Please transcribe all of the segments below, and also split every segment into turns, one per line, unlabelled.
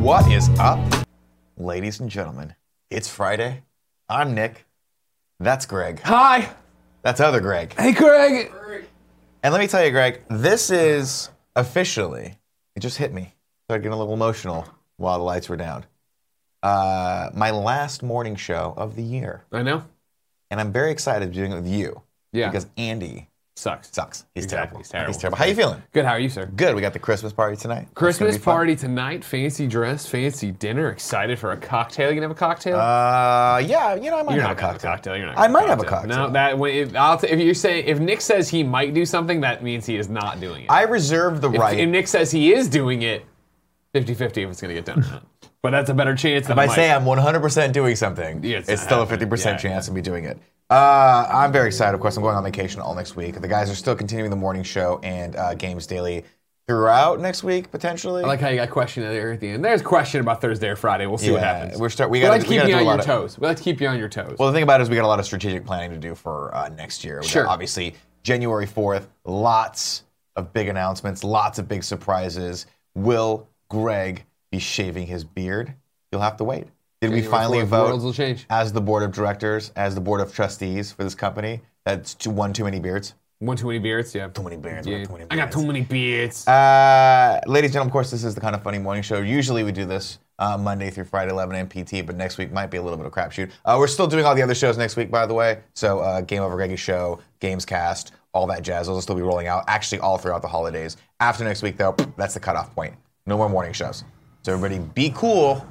What is up, ladies and gentlemen? It's Friday. I'm Nick. That's Greg.
Hi.
That's other Greg.
Hey, Greg.
And let me tell you, Greg, this is officially, it just hit me. Started getting a little emotional while the lights were down. Uh, my last morning show of the year.
I know.
And I'm very excited to be doing it with you.
Yeah.
Because Andy
Sucks.
sucks. He's
Exactly.
terrible.
He's terrible.
How you feeling?
Good. How are you, sir?
Good. We got the Christmas party tonight. It's gonna
Christmas
be fun.
party tonight. Fancy dress. Fancy dinner. Excited for a cocktail. You gonna have a cocktail?
Uh, yeah, you know, I might
you're
have
not
a
gonna
cocktail.
have a cocktail. You're not.
I
gonna
might have a cocktail.
No, that when if, I'll t- if you're saying if Nick says he might do something, that means he is not doing it.
I reserve the right.
If Nick says he is doing it, 50-50 if it's gonna get done or not. But that's a better chance than
If I
might.
say I'm 100% doing something,
Yeah,
it's,
it's not
still a
happening.
50%
Yeah,
chance of me doing it. Uh, I'm very excited. Of course, I'm going on vacation all next week. The guys are still continuing the morning show and uh, games daily throughout next week, potentially.
I like how you got question there at the end. There's a question about Thursday or Friday. We'll see what
Yeah,
happens.
we're start- we
We
gotta-
like to
we
keep
gotta
you
do
on
a
your
lot of-
toes. We like to keep you on your toes.
well, the thing about it is we got a lot of strategic planning to do for uh, next year. We got,
Sure.
obviously, January 4th, lots of big announcements, lots of big surprises. Will Greg be shaving his beard? You'll have to wait. Did we
January
finally
4th,
vote?
Worlds will change.
as the board of directors, as the board of trustees for this company. That's too, one too many beards.
One too many beards. Yeah. Too
many beards,
Yeah.
one too many
I got
beards.
too many beards.
Uh, ladies and gentlemen, of course, this is the kind of funny morning show. Usually we do this uh, Monday through Friday, 11 a.m. PT, but next week might be a little bit of a crapshoot. Uh, we're still doing all the other shows next week, by the way. So uh, Game Over Greggy Show, Games Cast, all that jazz. Those will still be rolling out actually all throughout the holidays. After next week, though, that's the cutoff point. No more morning shows. So everybody be cool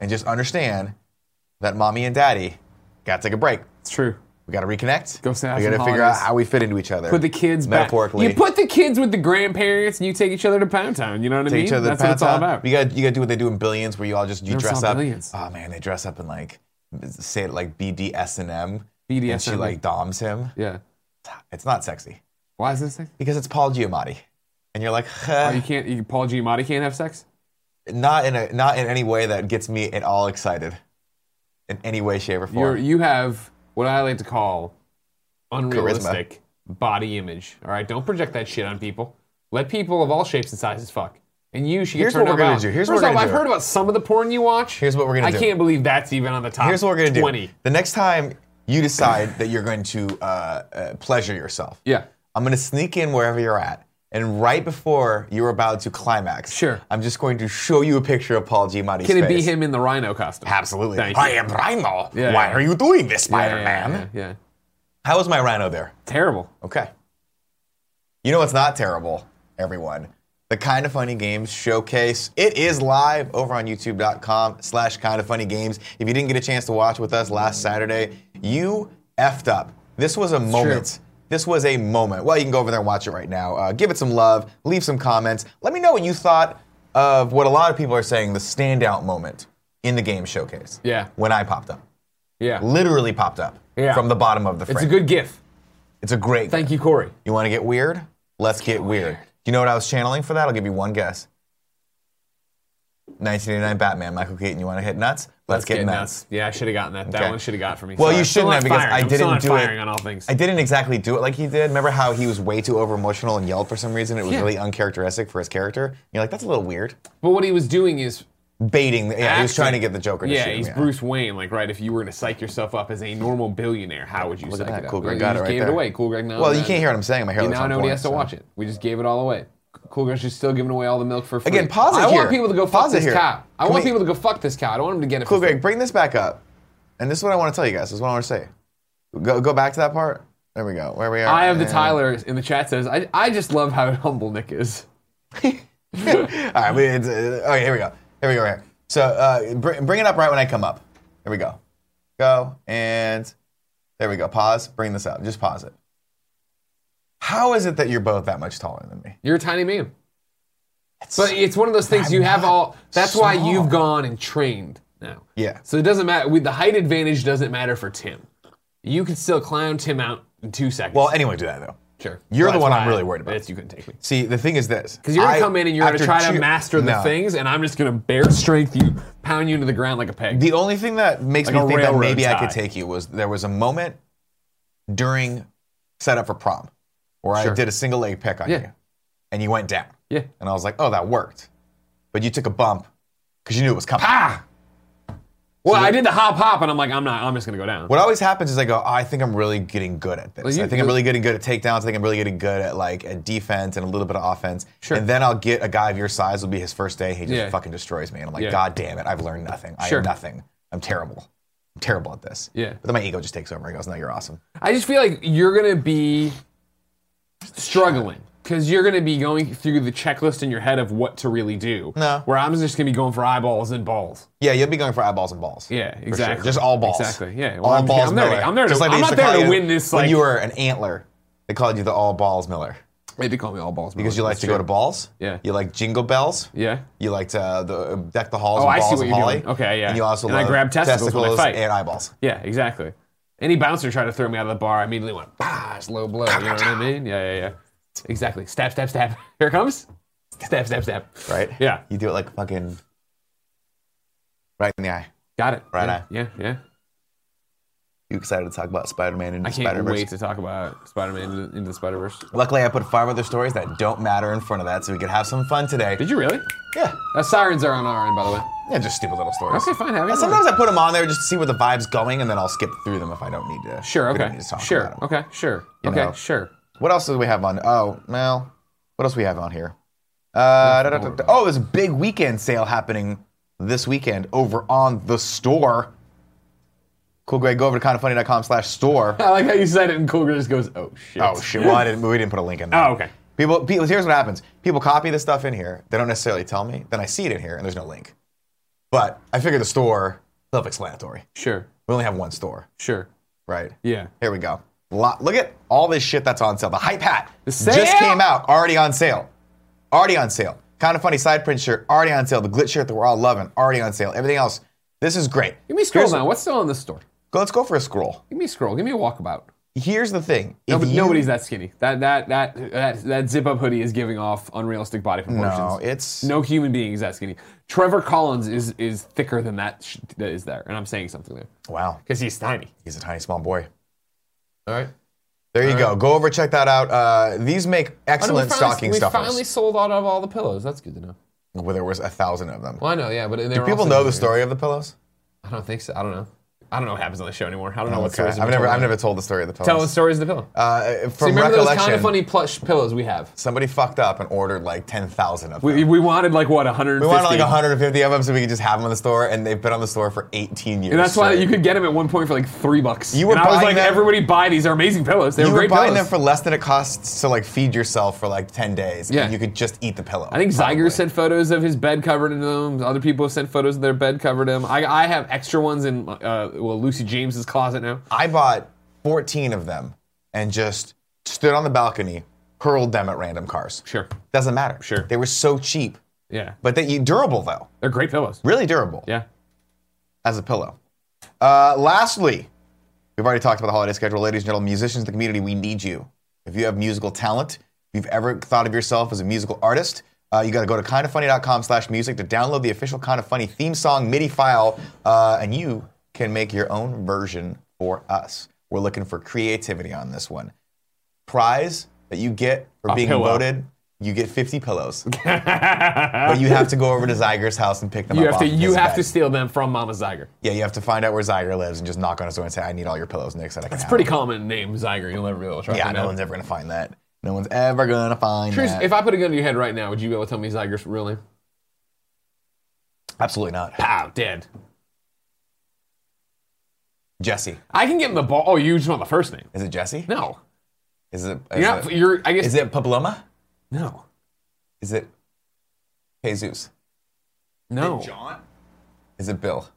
and just understand that mommy and daddy got to take a break.
it's true.
We got to reconnect.
Go say have
We got to
some
figure out
holidays.
how we fit into each other.
Put the kids back.
metaphorically.
You put the kids with the grandparents, and you take each other to Pound Town. You know what I mean?
each other
That's
the
what it's all
pants on.
about.
You got you got to do what they do in billions, where you all just you
Never
dress
saw
up.
Billions.
Oh man, they dress up in like say it like BDSM. And she
BDSM.
like doms him.
Yeah.
It's not sexy
Why is this thing?
because it's Paul Giamatti, and you're like,
You can't. You, Paul Giamatti can't have sex.
not in a not in any way that gets me at all excited, in any way, shape, or
You're,
form.
you have what I like to call unrealistic body image. All right, don't project that shit on people. Let people of all shapes and sizes fuck. And you should get
Here's
turned
what we're
on
gonna
by-
do. Here's what
First
we're
off,
gonna
I've
do.
heard about some of the porn you watch.
Here's what we're gonna
I
do.
can't believe that's even on the top.
Here's what we're gonna do.
20.
The next time you decide that you're going to uh, uh, pleasure yourself,
Yeah.
I'm gonna sneak in wherever you're at, and right before you're about to climax,
Sure.
I'm just going to show you a picture of Paul Giamatti's
Can it be
face.
him in the rhino costume?
Absolutely.
Thank
I
you.
am Rhino.
Yeah,
Why
yeah.
are you doing this,
Yeah,
Spider Man?
Yeah, yeah, yeah.
How is my Rhino there?
Terrible.
Okay. You know what's not terrible, everyone? The Kind of Funny Games Showcase. It is live over on youtube.com slash kind of funny games. If you didn't get a chance to watch with us last Saturday, you effed up. This was a moment. This was a moment. Well, you can go over there and watch it right now. Uh, give it some love, leave some comments. Let me know what you thought of what a lot of people are saying the standout moment in the game showcase.
Yeah.
When I popped up.
Yeah.
Literally popped up
Yeah.
from the bottom of the frame.
It's a good gif.
it's a great
Thank you, Corey.
you want to get weird? Let's get weird. Do you know what I was channeling for that? I'll give you one guess. 1989 Batman, Michael Keaton. You want to hit nuts? Let's, get, nuts.
Yeah, I should have gotten that. That
Okay.
one should have got for me.
Well,
Sorry,
you
I'm still
shouldn't have because
not firing.
I
I'm
didn't
still not
do
firing
it.
on all things.
I didn't exactly do it like he did. Remember how he was way too over emotional and yelled for some reason? It was
Yeah.
really uncharacteristic for his character. You're like, that's a little weird.
but what he was doing is
Baiting. The, yeah, he was
Acting.
trying to get the Joker to
Yeah,
shoot him,
he's Bruce Wayne. Like, right, if you were to psych yourself up as a normal billionaire, how would you
Look at
psych
that.
it up?
Cool Greg
Like,
got
you
it
just
right
gave
there.
it away. Cool Greg now.
Well, you can't hear what I'm saying. My hair
You
looks
now
on
nobody
point,
has to
so.
watch it. We just gave it all away. Cool Greg's just still giving away all the milk for free.
Again, pause it
I
here.
want people to go
Pause
fuck
it
this
here.
cow. I
Can
want
we-
people to go fuck this cow. I don't want them to get it.
Cool,
for free.
Greg, bring this back up. And this is what I want to tell you guys. This is what I want to say. Go, go back to that part. There we go. Where we are.
I have the
And-
Tyler in the chat says, I, I just love how humble Nick is.
All right, we, it's, uh, okay, here we go. Here we go. Right. here. So uh, br- bring it up right when I come up. Here we go. Go and there we go. Pause. Bring this up. Just pause it. How is it that you're both that much taller than me?
You're a tiny man. But it's one of those things you have all. That's why
small.
you've gone and trained now.
Yeah.
So it doesn't matter. With the height advantage, doesn't matter for Tim. You can still clown Tim out in two seconds.
Well, anyone do that though.
sure.
you're the
That's
one I'm
why
really worried about.
It's you couldn't take me
See, the thing is this.
because you're gonna come in and you're gonna try to master the
thing.
things, and I'm just gonna bear strength you, pound you into the ground like a peg.
The only thing that makes
Like
me
a
think that
railroad
maybe I
tie.
could take you was there was a moment during setup for prom where I
Sure.
did a single leg pick on
Yeah.
you and you went down.
Yeah.
And I was like, oh, that worked. But you took a bump because you knew it was coming.
Ah. Well, I did the hop hop, and I'm like, I'm not. I'm just gonna go down.
What always happens is I go, "Oh, I think I'm really getting good at this.
Well, you-
I think I'm really getting good at takedowns. I think I'm really getting good at like at defense and a little bit of offense.
Sure.
And then I'll get a guy of your size. Will be his first day. He just
Yeah.
fucking destroys me. And I'm like,
Yeah.
God damn it! I've learned nothing. I
Sure.
am nothing. I'm terrible. I'm terrible at this.
Yeah.
But then my ego just takes over. and goes, No, you're awesome.
I just feel like you're gonna be struggling because you're gonna be going through the checklist in your head of what to really do.
No.
Where I'm just gonna be going for eyeballs and balls.
Yeah, you'll be going for eyeballs and balls.
Yeah,
For sure.
exactly.
Just all balls.
Exactly. Yeah. Well,
all
I'm-
balls.
I'm there to-
Miller.
I'm there to-
Just like they
I'm
used
not there
call
to
you
win this,
When
like-
you were an antler, they called you the all balls Miller
They did call me all balls
because you like to go to balls.
Yeah.
You like jingle bells.
Yeah.
You like to uh, the, deck the halls
Oh,
with
I see
balls
what
of
you're
holly.
doing. Okay, yeah.
And you also
And I
love
grab testicles when I fight.
and eyeballs.
Yeah. Exactly. Any bouncer tried to throw me out of the bar, I immediately went, bah, it's low blow. You know what I mean? Yeah, yeah, yeah. Exactly. Stab, stab, stab. Here it comes. Stab, stab, stab.
Right?
Yeah.
You do it like fucking right in the eye.
Got it.
Right
yeah,
eye.
Yeah, yeah.
You excited to talk about Spider Man and
I can't
Spider
wait
Verse?
to talk about Spider-Man into, into the Spider-Verse.
Luckily, I put five other stories that don't matter in front of that, so we could have some fun today.
Did you really?
yeah.
Uh, sirens are on our end, by the way.
Yeah, just stupid little stories.
Okay, fine. Have
And
your
sometimes I put them on there just to see where the vibe's going, and then I'll skip through them if I don't need to.
Sure.
we don't
Okay.
need to talk
Sure.
about 'em.
Okay. Sure. okay.
know.
Sure.
What else do we have on? Oh, well, what else we have on here? Uh, da- da- da- da- oh, there's a big weekend sale happening this weekend over on the store. Cool, Greg. Go over to kindoffunny.com slash store.
I like how you said it, and Cougar just goes, "Oh shit."
oh, shit. Well, I didn't, we didn't put a link in there.
Oh, okay.
People, people, here's what happens. People copy this stuff in here. They don't necessarily tell me. Then I see it in here, and there's no link. But I figure the store, self-explanatory.
Sure.
We only have one store,
Sure.
right?
Yeah.
Here we go. Lo- Look at all this shit that's on sale. The hype hat
sale?
just came out, already on sale. Already on sale. Kind of funny side print shirt, already on sale. The glitz shirt that we're all loving, already on sale. Everything else, this is great.
Give me a scroll
Here's-
now. What's still in this store?
Go, let's go for a scroll.
Give me a scroll. Give me a walkabout.
Here's the thing.
No,
If
but
you-
nobody's that skinny. That that that that that zip up hoodie is giving off unrealistic body proportions.
No, it's
No human being is that skinny. Trevor Collins is is thicker than that sh- that is there, and I'm saying something there
wow.
because he's tiny.
He's a tiny small boy.
All right.
There you go. Go over, check that out. Uh, these make excellent
we
stocking
we
stuffers.
finally sold out of all the pillows. That's good to know.
Where there was a thousand of them.
Well, I know, yeah, but they were
People
also
know the
good.
story of the pillows.
I don't think so. I don't know. I don't know what happens on the show anymore. I don't know what
Okay.
stories.
I've never, I've never told the story of the pillows.
telling stories of the pillow.
uh, from
Remember those
recollection,
kind of funny plush pillows we have?
Somebody fucked up and ordered like 10,000 of them.
We, we wanted like what 150.
We wanted like 150 of them so we could just have them in the store, and they've been on the store for 18 years.
And that's why
straight.
you could get them at one point for like three bucks.
You were
and I was
buying
like,
them-
everybody buy these. They're amazing pillows. They
You
were
were
great
buying them
pillows.
for less than it costs to like feed yourself for like 10 days.
Yeah.
and you could just eat the pillow.
I think Zeiger sent photos of his bed covered in them. Other people have sent photos of their bed covered in them. I, I have extra ones in uh, well Lucy James's closet now.
I bought 14 of them and just stood on the balcony, hurled them at random cars.
Sure.
Doesn't matter.
Sure.
They were so cheap,
Yeah.
but they durable though.
They're great pillows.
Really durable.
Yeah.
as a pillow. Uh, lastly, we've already talked about the holiday schedule. Ladies and gentlemen, musicians of the community, we need you. If you have musical talent, if you've ever thought of yourself as a musical artist, uh, you got to go to kindoffunny.com slash music to download the official Kind of Funny theme song MIDI file, uh, and you can make your own version for us. We're looking for creativity on this one. Prize that you get for being
pillow.
voted, you get 50 pillows. but you have to go over to Zyger's house and pick them
You
up.
have to
off of
you
his
have
bed.
to steal them from Mama Zeiger.
Yeah, you have to find out where Zyger lives and just knock on his door and say, "I need all your pillows, Nick." So that I can have
Pretty
them."
common name Zeiger. You'll never be able to track
Yeah,
them
no
down.
one's ever gonna find that. No one's ever gonna find
Curious,
that.
if I put a gun to your head right now, would you be able to tell me Zeiger's real name?
Absolutely not,
Pow, dead.
Jesse.
I can get in the ball. Oh, you just want the first name?
Is it Jesse?
No,
Is it? Is
you're not.
it,
You're. I guess.
is it Pabloma?
no.
Is it Jesus?
No.
John?
Is it Bill?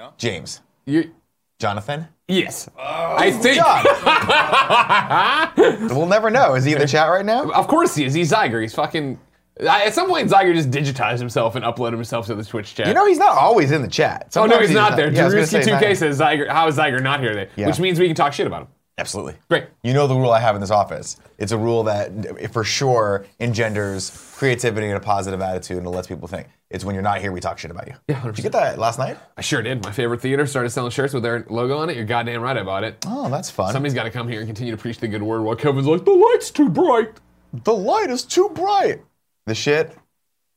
No.
James.
You.
Jonathan.
Yes. I think.
Oh, John. we'll never know. Is he in the chat right now?
Of course he is. He's Zeiger. He's fucking. I, at some point, Zeiger just digitized himself and uploaded himself to the Twitch chat.
You know he's not always in the chat.
oh no,
Sometimes
he's, not, there.
Yeah, I was gonna say
Drewski
he's
Two
not
K
here.
says Zeiger. How is Zeiger not here today?
Yeah.
Which means we can talk shit about him.
Absolutely.
Great.
You know the rule I have in this office. It's a rule that for sure engenders creativity and a positive attitude and it lets people think. It's when you're not here, we talk shit about you.
Yeah, 100%.
Did you get that last night?
I sure did. My favorite theater started selling shirts with their logo on it. You're goddamn right about it.
Oh, that's fun.
Somebody's got to come here and continue to preach the good word while Kevin's like, the light's too bright.
the light is too bright. The shit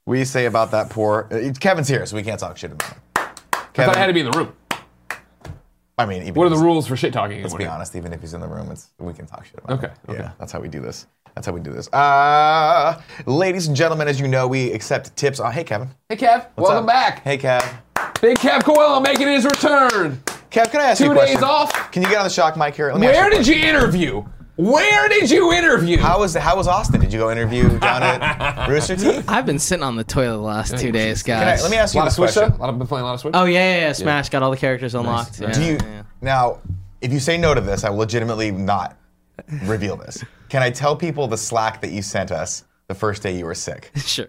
we say about that poor. uh, Kevin's here, so we can't talk shit about him.
I
Kevin,
thought I had to be in the room.
I mean, even
What are
if
the
he's-
rules for shit talking?
Let's be honest. Even if he's in the room, it's we can talk shit about.
Okay,
him.
okay.
Yeah, that's how we do this. That's how we do this. Uh, ladies and gentlemen, as you know, we accept tips. Oh, hey, Kevin.
Hey, Kev.
What's up?
welcome back.
Hey, Kev.
Big Kev Coelho making his return.
Kev, can I ask you
Two
a
days
question?
off.
Can you get on the shock mic here? Let me ask you a
Where
question.
did you interview? Where did you interview?
How was how was Austin? Did you go interview down at Rooster Teeth?
I've been sitting on the toilet the last two days,
Can I-
guys.
let me ask
a
you
lot of
this
Switch, though?
question.
A lot of, been playing a lot of Switch?
Oh yeah, yeah, yeah, Smash got all the characters unlocked.
nice.
Do
Yeah,
you
yeah.
now? If you say no to this, I will legitimately not reveal this. Can I tell people the Slack that you sent us the first day you were sick?
Sure.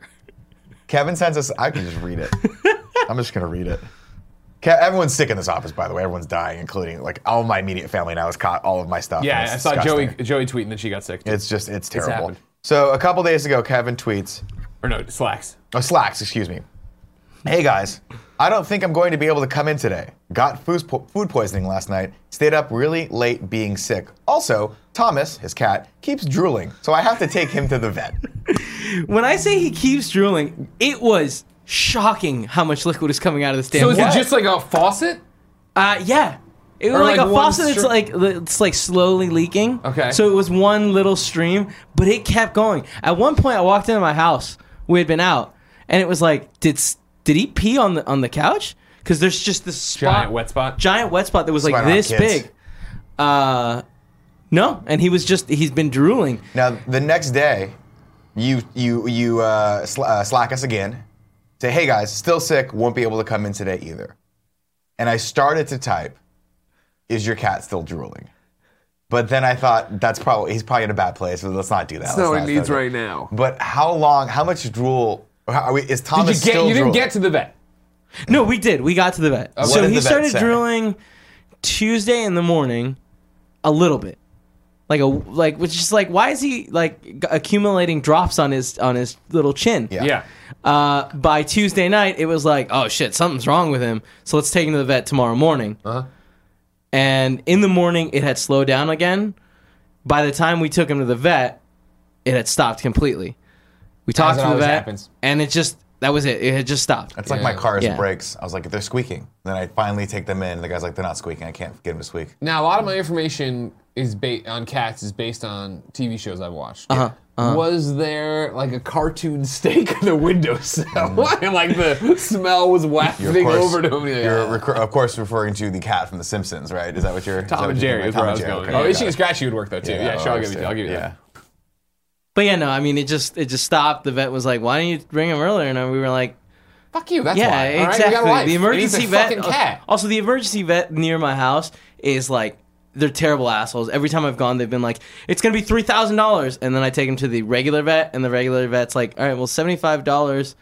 Kevin sends us. I can just read it. I'm just gonna read it. Ke- everyone's sick in this office, by the way. Everyone's dying, including like all my immediate family now has caught all of my stuff.
Yeah,
and
I
it's
saw Joey
disgusting.
Joey tweeting that she got sick.
It's just it's terrible.
happened.
so a couple days ago, Kevin tweets.
or no, slacks.
Oh, slacks, excuse me. Hey guys, I don't think I'm going to be able to come in today. Got food, po- food poisoning last night. Stayed up really late being sick. Also, Thomas, his cat, keeps drooling, so I have to take him to the vet.
When I say he keeps drooling, it was shocking how much liquid was coming out of this damn.
So is
wall.
it just like a faucet?
Uh, yeah. It was
Or
like,
like
a
one
faucet that's
str-
like it's like slowly leaking.
Okay.
So it was one little stream, but it kept going. At one point, I walked into my house. We had been out, and it was like, did s- did he pee on the on the couch? Because there's just this spot,
Giant wet spot.
giant wet spot that was
why
like
I don't
this
have kids.
big. Uh, no, and he was just he's been drooling.
Now, the next day, you you you uh, sl- uh, slack us again. Say, hey guys, still sick, won't be able to come in today either. And I started to type, "Is your cat still drooling?" But then I thought that's probably he's probably in a bad place. So let's not do that. That's
not what he needs right now.
But how long? How much drool? How, are we, is
Did
Thomas
you get?
still
You didn't
drooling?
get to the vet.
No, we did. We got to the vet.
Uh, What
So
did
he
the vet
started
say?
drooling Tuesday in the morning, a little bit, like a like, which is like, why is he like g- accumulating drops on his on his little chin?
Yeah.
Yeah.
Uh, by Tuesday night, it was like, oh shit, something's wrong with him. So let's take him to the vet tomorrow morning.
Uh-huh.
And in the morning, it had slowed down again. By the time we took him to the vet, it had stopped completely. We talked
it
to the
always
vet,
happens.
and it just that was it. It had just stopped.
It's like my
Yeah.
car's
Yeah.
brakes. I was like, they're squeaking. Then I finally take them in. And the guy's like, they're not squeaking. I can't get them to squeak.
Now a lot of my information is ba- on cats is based on TV shows I've watched.
Uh-huh,
Was there like a cartoon steak in the window sill?
Mm.
and like the smell was
You're,
wafting over to him. You're like,
you're
"Oh."
recur- of course referring to the cat from The Simpsons, right? Is that what you're? is that
Tom
what
and
you're
Jerry
thinking?
is where
Tom
I
and
was
Jerry,
going.
okay,
oh,
got
Itchy
it.
and Scratchy would work though too. Yeah,
that
sure. I'll
works
give you.
too.
I'll give you
Yeah.
that.
But yeah, no, I mean, it just it just stopped. The vet was like, "Why didn't you bring him earlier?" And we were like,
Fuck you. That's
"Yeah,
why. All right, we
exactly."
got a life.
The emergency
and he's a
vet. uh,
Fucking cat.
Also, the emergency vet near my house is like they're terrible assholes. Every time I've gone, they've been like, "It's gonna be three thousand dollars," and then I take him to the regular vet, and the regular vet's like, "All right, well, seventy five dollars,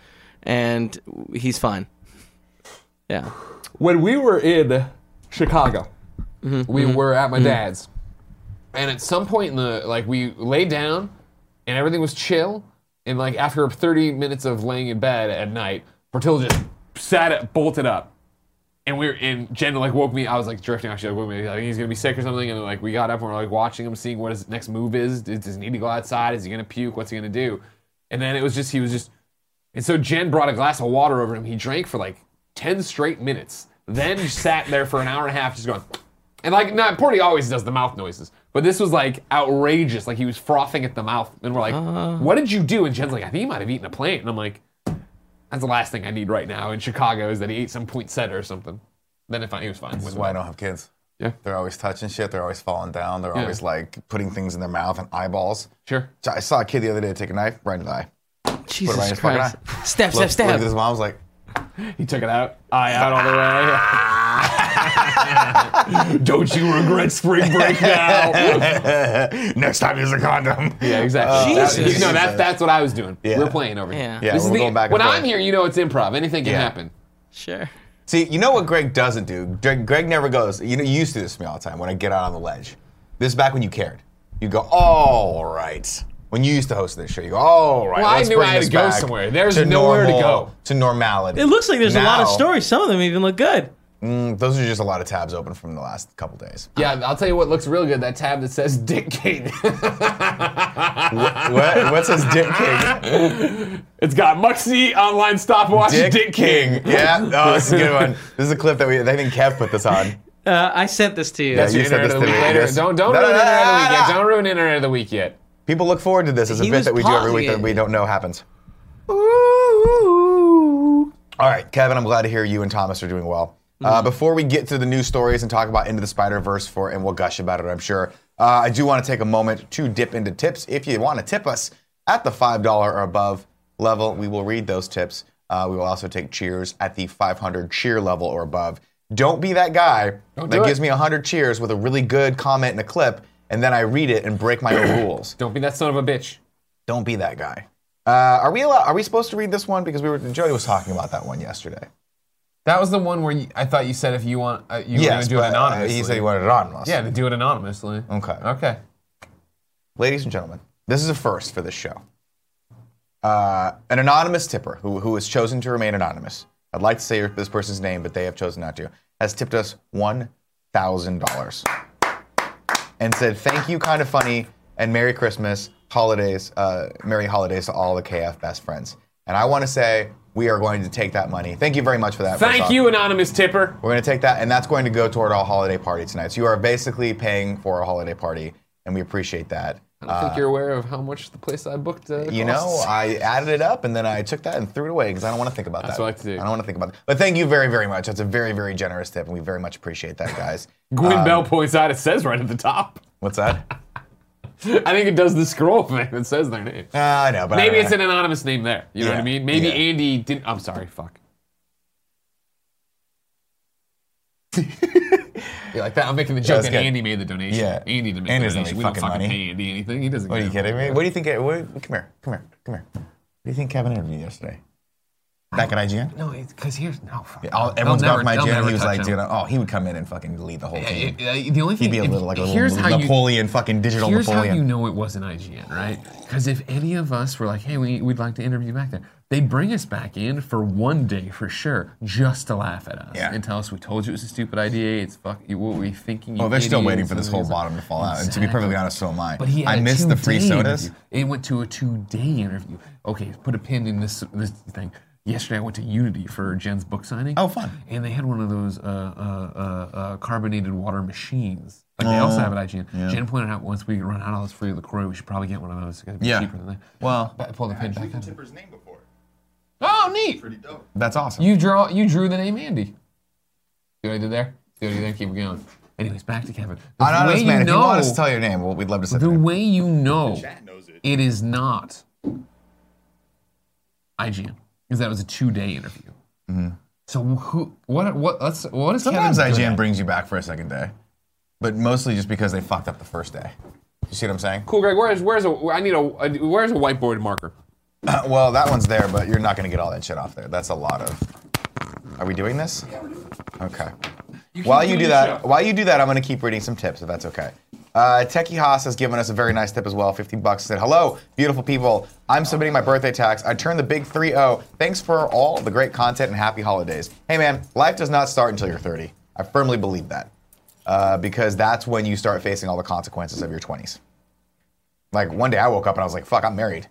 and he's fine." Yeah,
when we were in Chicago, we were at my dad's, and at some point in the like we laid down, and everything was chill, and like after 30 minutes of laying in bed at night, Portillo just sat up, bolted up, and we were in Jenna like woke me. I was like drifting. Actually, like, woke me. Like, he's gonna be sick or something. And like we got up and we're like watching him, seeing what his next move is. Does does he need to go outside? Is he gonna puke? What's he gonna do? And then it was just he was just. And so Jen brought a glass of water over to him. He drank for like ten straight minutes. Then sat there for an hour and a half, just going. And like, not Porty always does the mouth noises, but this was like outrageous. Like he was frothing at the mouth, and we're like, "What did you do?" And Jen's like, "I think he might have eaten a plant." And I'm like, "That's the last thing I need right now in Chicago is that he ate some poinsettia or something." Then if I, he was fine.
This is why I don't have kids.
Yeah.
They're always touching shit. They're always falling down. They're always like putting things in their mouth and eyeballs.
Sure.
So I saw a kid the other day take a knife right in the eye.
Jesus
Right in his fucking
Christ!
eye.
Step,
Look-
step,
Look at
step.
his mom was like,
He took it out, eye out all the way. don't you regret spring break now?
next time use a condom.
Yeah, exactly.
Uh,
That-
Jesus.
no, that, that's what I was doing.
Oh, Yeah.
We're playing over here.
Yeah. Yeah,
This is
we're
the-
going back and
when
forth.
I'm here, you know it's improv. Anything can
Yeah.
happen.
Sure.
See, you know what Greg doesn't do? Greg, Greg never goes, you know, you used to do this to me all the time when I get out on the ledge. This is back when you cared. You go, all right. When you used to host this show, you go, all right.
Well, I
let's
knew
bring
I had
this
to go
back
somewhere. There's
to
nowhere to
normal-
go."
To normality.
It looks like there's a lot of
Now-
stories. Some of them even look good.
Mm, those are just a lot of tabs open from the last couple days.
Yeah, I'll tell you what looks real good. That tab that says dictate.
what, what's his dick king?
it's got Muxie online stopwatch dick, king.
Yeah. Oh, this is a good one. This is a clip that we. I think Kev put this on.
Uh, I sent this to you.
Yes,
That's your
You said
internet of
this
the week
today,
later.
yes.
Don't don't
No, no,
ruin
no,
internet of the
no,
week
no,
yet.
no.
Don't ruin internet of the week yet.
People look forward to this. It's a
He
bit
was
that we do every week that
pausing it.
we don't know happens. All right, Kevin, I'm glad to hear you and Thomas are doing well. Uh, before we get to the news stories and talk about Into the Spider Verse for, and we'll gush about it, I'm sure. Uh, I do want to take a moment to dip into tips. If you want to tip us at the five dollar or above level, we will read those tips. Uh, we will also take cheers at the 500 cheer level or above. Don't be that guy
do
that
it.
gives me 100 cheers with a really good comment and a clip, and then I read it and break my own rules.
Don't be that son of a bitch.
Don't be that guy. Uh, are we allowed, Are we supposed to read this one? Because we were Jody was talking about that one yesterday.
That was the one where you, I thought you said if you want, uh, you
Yes,
want to do it
but, uh,
anonymously.
he said he wanted it anonymous.
yeah, to do it anonymously.
Okay.
Okay.
Ladies and gentlemen, this is a first for this show. Uh, an anonymous tipper who, who has chosen to remain anonymous. I'd like to say your- this person's name, but they have chosen not to. Has tipped us one thousand dollars and said thank you, kind of funny, and Merry Christmas, holidays, uh, Merry holidays to all the KF best friends. And I want to say we are going to take that money. Thank you very much for that. first
Thank
off.
you, anonymous tipper.
We're going to take that, and that's going to go toward our holiday party tonight. So you are basically paying for our holiday party, and we appreciate that.
I don't think you're aware of how much the place I booked. Uh,
You know,
costs.
I added it up, and then I took that and threw it away because I don't want to think about
That's
that.
what I like to do.
I don't want to think about that. But thank you very, very much. That's a very, very generous tip, and we very much appreciate that, guys.
Gwen Bell points out it says right at the top.
What's that?
I think it does the scroll thing that says their name.
Uh, I know, but I
Maybe
don't
it's an anonymous name there. You know what I
Yeah,
mean? Maybe
yeah.
Andy didn't. I'm sorry. Fuck. you like that? I'm making the joke
that's
that
good.
Andy made the donation.
Yeah.
Andy didn't make
Andy
the
doesn't
donation.
make
We don't
fucking
fucking
money.
pay Andy anything. He doesn't.
What are you kidding me? What do you think? What, come here, come here, come here. What do you think Kevin interviewed yesterday? Back at IGN.
No, because here's no. Fuck.
All, everyone's
They'll
back at my
never-
gym.
they'll
and He
never
was like,
touch him.
dude, oh, he would come in and fucking delete the whole
Yeah,
thing.
yeah, yeah, the only thing
He'd be a
if-
little like a
here's
little
how you-
Napoleon fucking digital
Here's
Napoleon.
how you know it wasn't IGN, right? Because if any of us were like, hey, we, we'd like to interview back there, they'd bring us back in for one day for sure, just to laugh at us
Yeah.
and tell us we told you it was a stupid idea. It's fuck, you- what were you thinking? You
Oh, they're still
idiots,"
waiting for
and
this whole
he's like-
bottom to fall out. And to be perfectly
Exactly.
honest, so am I.
But he
I
had a
missed the free
two-day
sodas.
interview. It went to a two-day interview. Okay, put a pin in this this thing. Yesterday, I went to Unity for Jen's book signing.
Oh, fun.
And they had one of those uh, uh, uh, uh, carbonated water machines. Like they
Oh,
also have at IGN. Jen pointed out once we run out of all this free LaCroix, we should probably get one of those. It's gonna be
Yeah.
cheaper than that.
Well-
Ba- pull the pin back up.
Tipper's name before.
Oh, neat!
Pretty dope.
That's awesome.
You draw. You drew the name Andy. See what I did there? See what I did there? Keep going. Anyways, back to Kevin. The
Anonymous
way
man, if you want us
know-
to tell your name, well, we'd love to say the
the
name.
way you know
Chat knows it.
it is not IGN because that was a two-day interview. So who? What? What? Let's. What is
Mm-hmm. Sometimes
Kevin good
IGN
at?
brings you back for a second day, but mostly just because they fucked up the first day. You see what I'm saying?
Cool, Greg. Where's where's a? I need a. Where's a whiteboard marker?
well, that one's there, but you're not going to get all that shit off there. That's a lot of. Are we doing this? Okay. while you
do
do
your
that,
show.
while you do that, I'm going to keep reading some tips if that's okay. Uh, Techie Haas has given us a very nice tip as well. 15 bucks. Said, "Hello, beautiful people. I'm submitting my birthday tax. I turned the big 3-0. Thanks for all the great content and happy holidays. Hey man, life does not start until you're 30. I firmly believe that uh, because that's when you start facing all the consequences of your 20s. Like one day I woke up and I was like, fuck, I'm married.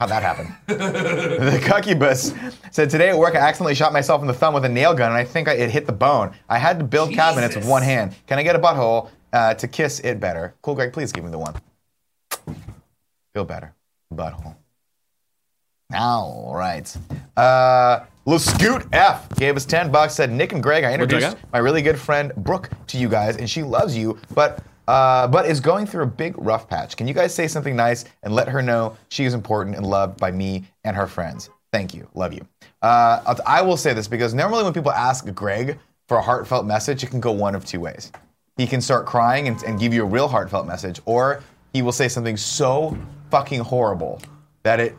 How'd that happen? the cuckybus said, Today at work, I accidentally shot myself in the thumb with a nail gun and I think I, it hit the bone. I had to build cabinets with
Jesus.
one hand. Can I get a butthole uh, to kiss it better? Cool, Greg, please give me the one. Feel better. Butthole. All right. Uh, Lascoot F gave us 10 bucks, said, Nick and Greg, I
do I
introduced my really good friend Brooke to you guys, and she loves you, but uh, but is going through a big rough patch. Can you guys say something nice and let her know she is important and loved by me and her friends? Thank you. Love you. Uh, I'll- I will say this because normally when people ask Greg for a heartfelt message, it can go one of two ways. He can start crying and, and give you a real heartfelt message, or he will say something so fucking horrible that it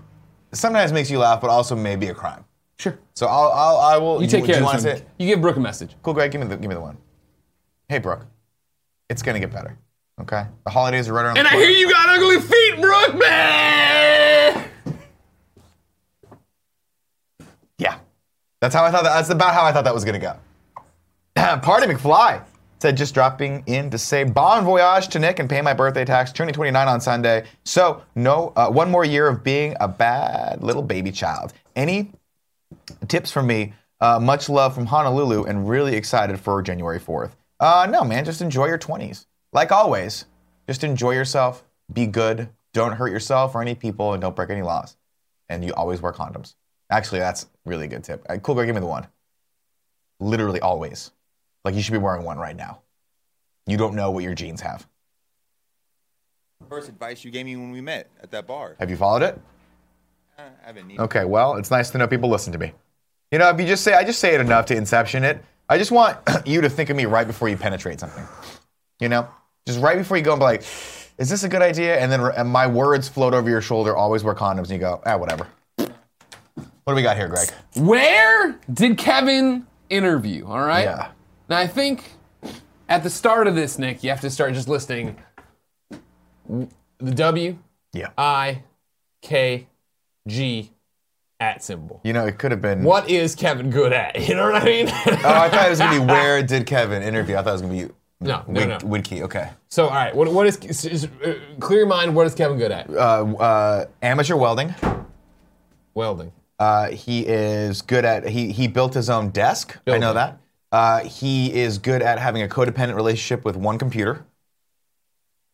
sometimes makes you laugh, but also may be a crime.
Sure.
So I'll, I'll I will.
You take
do
care
you
of
wanna
this.
say
one. You give Brooke a message.
Cool, Greg. Give me the give me the one. Hey, Brooke. It's gonna get better. Okay. The holidays are right around.
And
the
I
corner.
hear you got ugly feet, Brooke. Man.
Yeah. That's how I thought. That, that's about how I thought that was gonna go. Party McFly said just dropping in to say bon voyage to Nick and pay my birthday tax, turning 29 on Sunday. So no, uh, one more year of being a bad little baby child. Any tips from me? Uh, much love from Honolulu and really excited for January 4th. Uh, no, man, just enjoy your 20s. Like always, just enjoy yourself, be good, don't hurt yourself or any people, and don't break any laws. And you always wear condoms. Actually, that's really good tip. Uh, cool, girl, give me the one literally always. Like you should be wearing one right now. You don't know what your jeans have.
First advice you gave me when we met at that bar.
Have you followed it?
I haven't needed
Okay, well, it's nice to know people listen to me. You know, if you just say, I just say it enough to inception it. I just want you to think of me right before you penetrate something. You know, just right before you go and be like, is this a good idea? And then and my words float over your shoulder. Always wear condoms. And you go, ah, whatever. What do we got here, Greg?
Where did Kevin interview? All right.
Yeah.
Now I think at the start of this, Nick, you have to start just listing the W
Yeah.
I K G at symbol.
you know, it could have been.
What is Kevin good at? You know what I mean?
Oh, I thought it was gonna be where did Kevin interview? I thought it was gonna be
no, no,
Wid-
no.
Widkey. Okay.
So, all right, what, what is, is- is- uh, clear your mind, what is Kevin good at?
Uh, uh, amateur welding.
Welding.
Uh, he is good at he he built his own desk. I know
Building.
that. Uh, he is good at having a codependent relationship with one computer.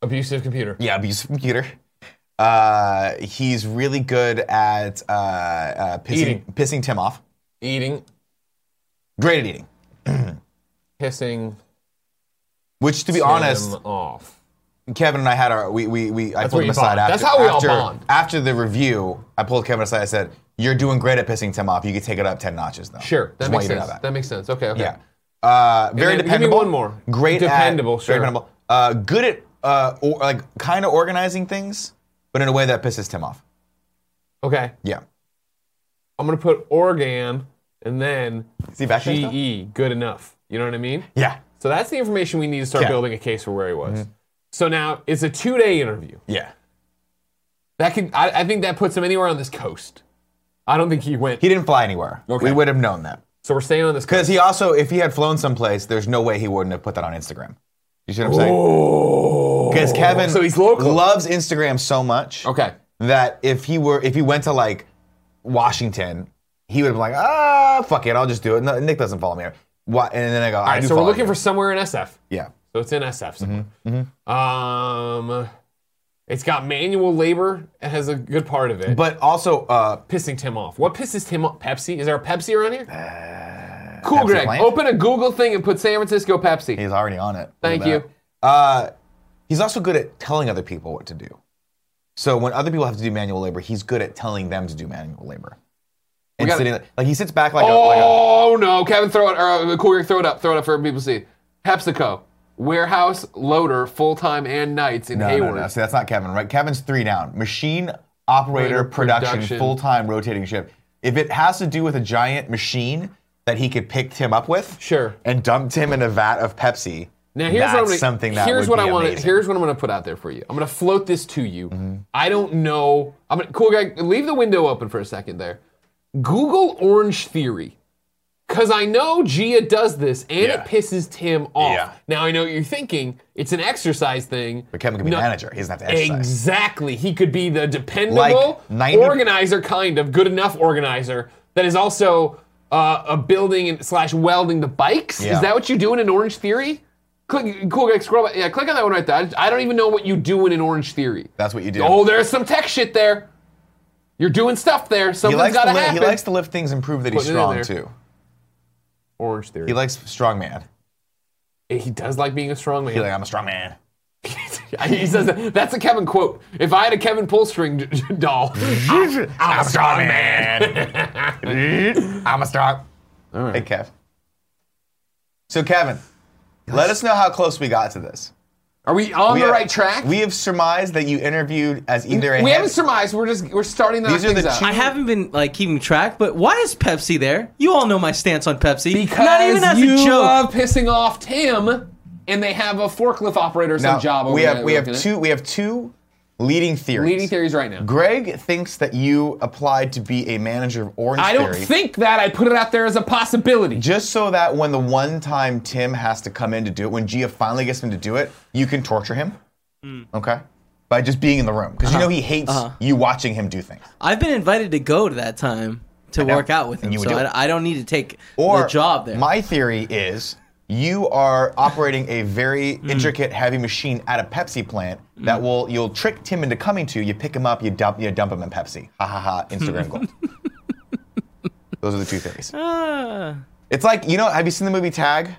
Abusive computer.
Yeah, abusive computer. Uh, he's really good at uh, uh, pissing
Eating.
pissing Tim off.
Eating,
Great at eating.
pissing
Which, to be honest,
him off.
Kevin and I had our we we, we I pulled
where
him
you
aside after
bond. That's how we all
after,
bond.
after the review. I pulled Kevin aside. I said, "You're doing great at pissing Tim off. You could take it up ten notches, though."
Sure, that
Just
makes
want you to know
sense. That. makes sense. Okay, okay.
Yeah. Uh, very
then- give me
dependable.
one more.
Great
Dependable,
at,
sure.
Very dependable. Uh, good at uh, or, like kind of organizing things, but in a way that pisses Tim off.
Okay,
Yeah.
I'm gonna put organ and then
Is he back there still?
GE, good enough. You know what I mean?
Yeah.
So that's the information we need to start
Yeah. Mm-hmm.
building a case for where he was. So now it's a two-day interview.
Yeah.
That can I, I think that puts him anywhere on this coast. I don't think he went.
He didn't fly anywhere.
Okay.
We would have known that
so we're staying on this coast.
because he also, if he had flown someplace, there's no way he wouldn't have put that on Instagram. You see what I'm saying? Because Kevin
So he's local.
loves Instagram so much
Okay.
that if he were, if he went to like Washington, he would have been like, ah, fuck it, I'll just do it. No, Nick doesn't follow me. Why? And then I go,
All right. So we're looking for somewhere in SF.
yeah.
So it's in SF somewhere.
Mm-hmm,
Um, it's got manual labor. It has a good part of it.
But also, uh,
pissing Tim off. What pisses Tim off? Pepsi? Is there a Pepsi around here? cool,
Uh, Pepsi
Greg.
plant?
Open a Google thing and put San Francisco Pepsi.
he's already on it. Look
Thank
at that.
you.
Uh, he's also good at telling other people what to do. So when other people have to do manual labor, he's good at telling them to do manual labor. And
gotta-
sitting like he sits back like, a, like a
Oh no, Kevin, throw it. Or, uh, cool, Greg, throw it up. Throw it up for people to see. PepsiCo warehouse loader full time and nights in
no,
Hayward.
no, no. See, that's not Kevin, right? Kevin's three down. Machine operator
Operator,
production,
production.
full time rotating shift. If it has to do with a giant machine that he could pick Tim up with,
Sure.
and dumped him in a vat of Pepsi.
Now here's
that's
what I'm gonna,
something that
here's
would
what
be
I wanna-
amazing. Mm-hmm.
here's what I'm going to put out there for you. I'm going to float this to you. I don't know. I'm gonna, cool guy. Leave the window open for a second there. Google Orange Theory, because I know Gia does this and
Yeah.
it pisses Tim off.
Yeah.
Now I know what you're thinking. It's an exercise thing.
But Kevin can be
No,
manager. He doesn't have to exercise.
Exactly. He could be the dependable
Like 90
organizer, kind of good enough organizer that is also uh, a building and slash welding the bikes.
Yeah.
Is that what you do in an Orange Theory? Click, cool, guys, scroll. Back. Yeah, click on that one right there. I just- I don't even know what you do in an Orange Theory.
That's what you do.
Oh, there's some tech shit there. You're doing stuff there.
he
Something's
likes,
got
to
to
lift,
happen.
he likes to lift things and prove that he's
Putting it in
strong
there.
too.
Orange Theory.
He likes strong man.
He does like being a strong man.
He's like, I'm a strong man.
he says that. that's a Kevin quote. If I had a Kevin pullstring d- d- doll,
I'm, a strong man. I'm a strong. Hey, Kev. So, Kevin, let us know how close we got to this.
are we on
We
the
have-
right track?
We have surmised that you interviewed as either a
we
head-
haven't surmised. We're just we're starting to
These
knock
are the
things out.
two-
I haven't been like keeping track, but why is Pepsi there? You all know my stance on Pepsi.
because
Not even as
you
a joke.
love pissing off Tim, and they have a forklift operator or some
Now,
job. Over
we
there
have we have
looking at-
two we have two Leading theories.
Leading theories right now.
Greg thinks that you applied to be a manager of Orange
I don't
Theory.
think that. I put it out there as a possibility.
just so that when the one time Tim has to come in to do it, when Gia finally gets him to do it, you can torture him. Okay? By just being in the room. Because
Uh-huh.
you know he hates you watching him do things.
I've been invited to go to that time to
know.
work out with
And
him,
you would
so
do it.
I, I don't need to take
Or
the job there.
My theory is you are operating a very
Mm.
intricate heavy machine at a Pepsi plant that will you'll trick Tim into coming to you, you pick him up, you dump you dump him in Pepsi. Ha ha ha, Instagram gold. Those are the two theories.
Ah.
It's like, you know, have you seen the movie Tag?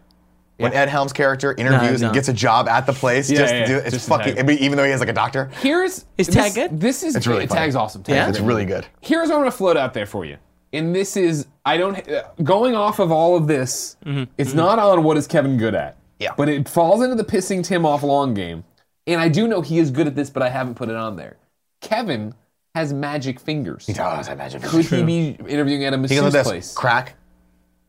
When Ed Helms' character interviews
no.
and gets a job at the place just
yeah,
to do
yeah,
it. It's
just in
fucking,
Tag.
I mean, even though he has like a doctor,
Here's
Is
this,
Tag good?
This is
It's really
uh,
funny.
Tag's awesome. Tag's
Yeah?
it's
great.
really good.
Here's what I'm gonna float out there for you, and this is I don't uh, going off of all of this. It's not on what is Kevin good at.
Mm-hmm. Yeah.
But it falls into the pissing Tim off long game, and I do know he is good at this, but I haven't put it on there. Kevin has magic fingers.
does, I imagine.
Could he be interviewing at a
He
masseuse
goes like this,
place?
crack,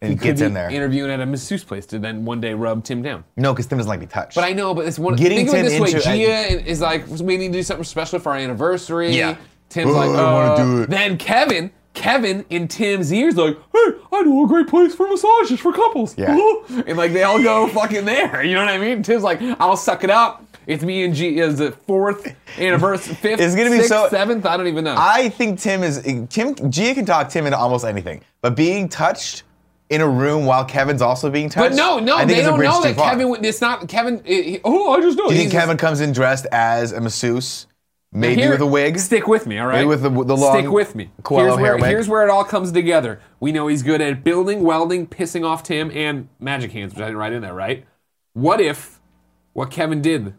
and
Could
gets
be
in there.
Interviewing at a masseuse place to then one day rub Tim down.
no, because Tim doesn't like to be touched.
But I know, but it's one.
Getting
think of it
Tim
this way:
into-
Gia is like, we need to do something special for our anniversary.
Yeah.
Tim's
Oh,
like,
I wanna
uh,
do it.
Then Kevin, Kevin in Tim's ears, like, hey, I know a great place for massages for couples.
Yeah.
and like they all go fucking there. You know what I mean? Tim's like, I'll suck it up. It's me and G is the fourth anniversary, fifth,
It's gonna be
sixth,
so-
seventh. I don't even know.
I think Tim is Tim. Gia can talk Tim into almost anything, but being touched in a room while Kevin's also being touched.
but no, no,
I think
they
is a
don't
bridge
know
too
that
far.
Kevin. would- It's not Kevin. it- he- oh, I just know.
Do you think Kevin comes in dressed as a masseuse, maybe
Here-
with a wig?
Stick with me, all right?
Maybe with the- the long
Stick with me.
Coelho
here's,
hair
where,
wig.
here's where it all comes together. We know he's good at building, welding, pissing off Tim, and magic hands, which I didn't write in there, right? What if what Kevin did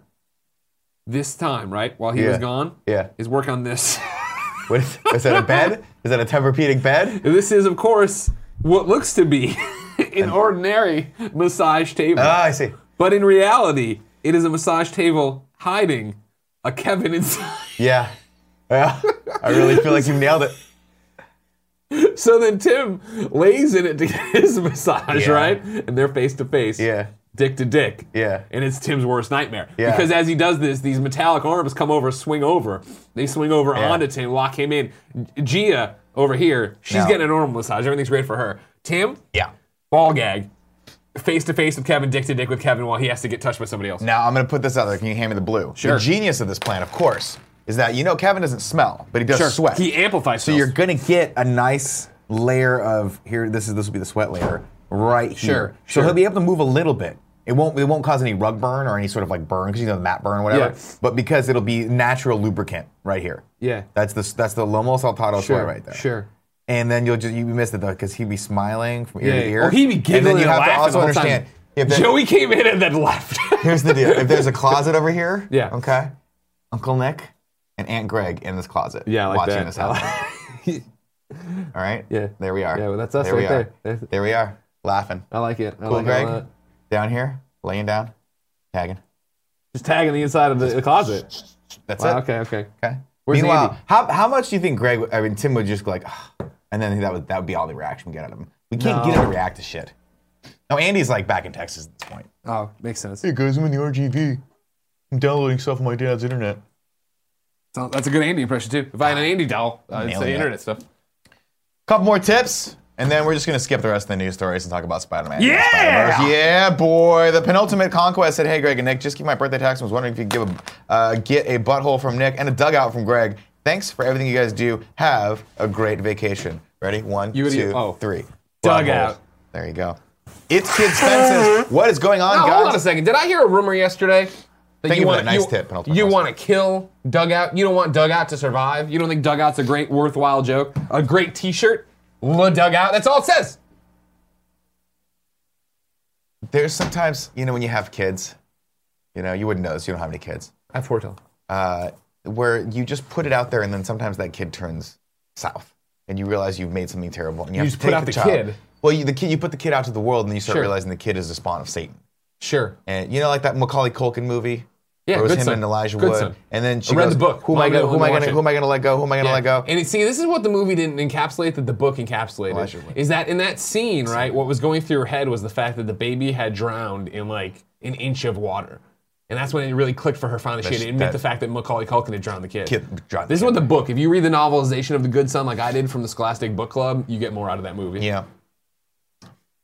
this time, right, while he
Yeah.
was gone,
Yeah.
is work on this.
What is, is that a bed? Is that a Tempur-Pedic bed?
this is, of course, what looks to be an ordinary massage table.
Ah, I see.
but in reality, it is a massage table hiding a Kevin inside.
Yeah. Yeah. I really feel like you nailed it.
So then Tim lays in it to get his massage,
Yeah.
right? And they're face to face.
Yeah.
Dick to dick.
Yeah.
And it's Tim's worst nightmare.
Yeah.
Because as he does this, these metallic arms come over, swing over. They swing over
Yeah.
onto Tim, lock him in. Gia over here, she's
No.
getting a normal massage. Everything's great for her. Tim,
Yeah.
ball gag. Face to face with Kevin, dick to dick with Kevin while he has to get touched by somebody else.
Now I'm gonna put this out there. Can you hand me the blue?
Sure.
The genius of this plan, of course, is that you know Kevin doesn't smell, but he does
Sure.
sweat.
He amplifies
So you're
smells.
gonna get a nice layer of here. This is this will be the sweat layer right
Sure,
here. So
sure.
he'll be able to move a little bit. It won't it won't cause any rug burn or any sort of like burn because you know the mat burn or whatever.
Yeah.
But because it'll be natural lubricant right here.
Yeah.
That's the that's the Lomo Saltado sweat right there.
Sure.
And then you'll just you missed it though because he'd be smiling from ear
Yeah.
to ear.
Or he'd be giggling
And then you
and
have to
laughing
also
the whole time.
understand if that-
Joey came in and then left.
Here's the deal. If there's a closet over here,
Yeah.
okay, Uncle Nick and Aunt Greg in this closet,
Yeah, I like
watching
that.
this
I like-
happen. All right,
Yeah.
there we are.
Yeah, well, that's us
there we
right
are.
there. That's-
There we are, laughing.
I like it. I
Cool,
like it a
Greg,
lot.
down here, laying down, tagging.
Just tagging the inside of the, the closet.
That's
Wow,
it.
okay, okay.
Okay.
Where's
Meanwhile,
Andy?
how how much do you think Greg? would- I mean, Tim would just go like, "Ah," and then that would that would be all the reaction we get out of him. We can't get him to react to shit. No, Andy's like back in Texas at this point.
Oh, makes sense.
Hey guys, I'm in the RGV. I'm downloading stuff on my dad's internet.
So that's a good Andy impression too. If I had an Andy doll, I'd
Nailing
say
it.
internet stuff.
Couple more tips, and then we're just gonna skip the rest of the news stories and talk about Spider-Man.
Yeah!
Spider-Verse. yeah, boy. The penultimate conquest said, "Hey, Greg and Nick, just keep my birthday tax. I was wondering if you could give a uh, get a butthole from Nick and a dugout from Greg. Thanks for everything you guys do. Have a great vacation. Ready? One, two,
would-
three.
oh.
Butthole.
Dugout.
There you go. It's Kid Spence's. what is going on,
Oh,
guys?
hold on a second. Did I hear a rumor yesterday? That
Thank you for
wanna-
that nice tip, penultimate
You
question.
want to kill Dugout. You don't want Dugout to survive. You don't think Dugout's a great, worthwhile joke. A great T-shirt. Le Dugout. That's all it says.
There's sometimes, you know, when you have kids, you know, you wouldn't know this. You don't have any kids.
I have Fortel.
uh, where you just put it out there, and then sometimes that kid turns south, and you realize you've made something terrible, and you, have
just
to
put
take
out the
child.
kid.
Well, you, the kid, you put the kid out to the world, and then you start
Sure.
realizing the kid is the spawn of Satan.
Sure.
And you know, like that Macaulay Culkin movie.
Yeah,
where it was
Good
him
Son.
and Elijah
Good
Wood,
Son.
and then she
I read
goes,
the book.
"Who am I
Mom
gonna?
didn't
Who am I
watch
gonna?
it.
Who am I gonna let go? Who am I gonna let go?" Oh,
And see, this is what the movie didn't encapsulate that the book encapsulated.
Allegedly.
Is that in that scene, right? What was going through her head was the fact that the baby had drowned in like an inch of water. And that's when it really clicked for her finally. She had to
That's-
admit
that-
the fact that Macaulay Culkin had drowned the kid.
Kid- drowned the
this is
kid.
what the book, if you read the novelization of The Good Son, like I did from the Scholastic Book Club, you get more out of that movie.
Yeah.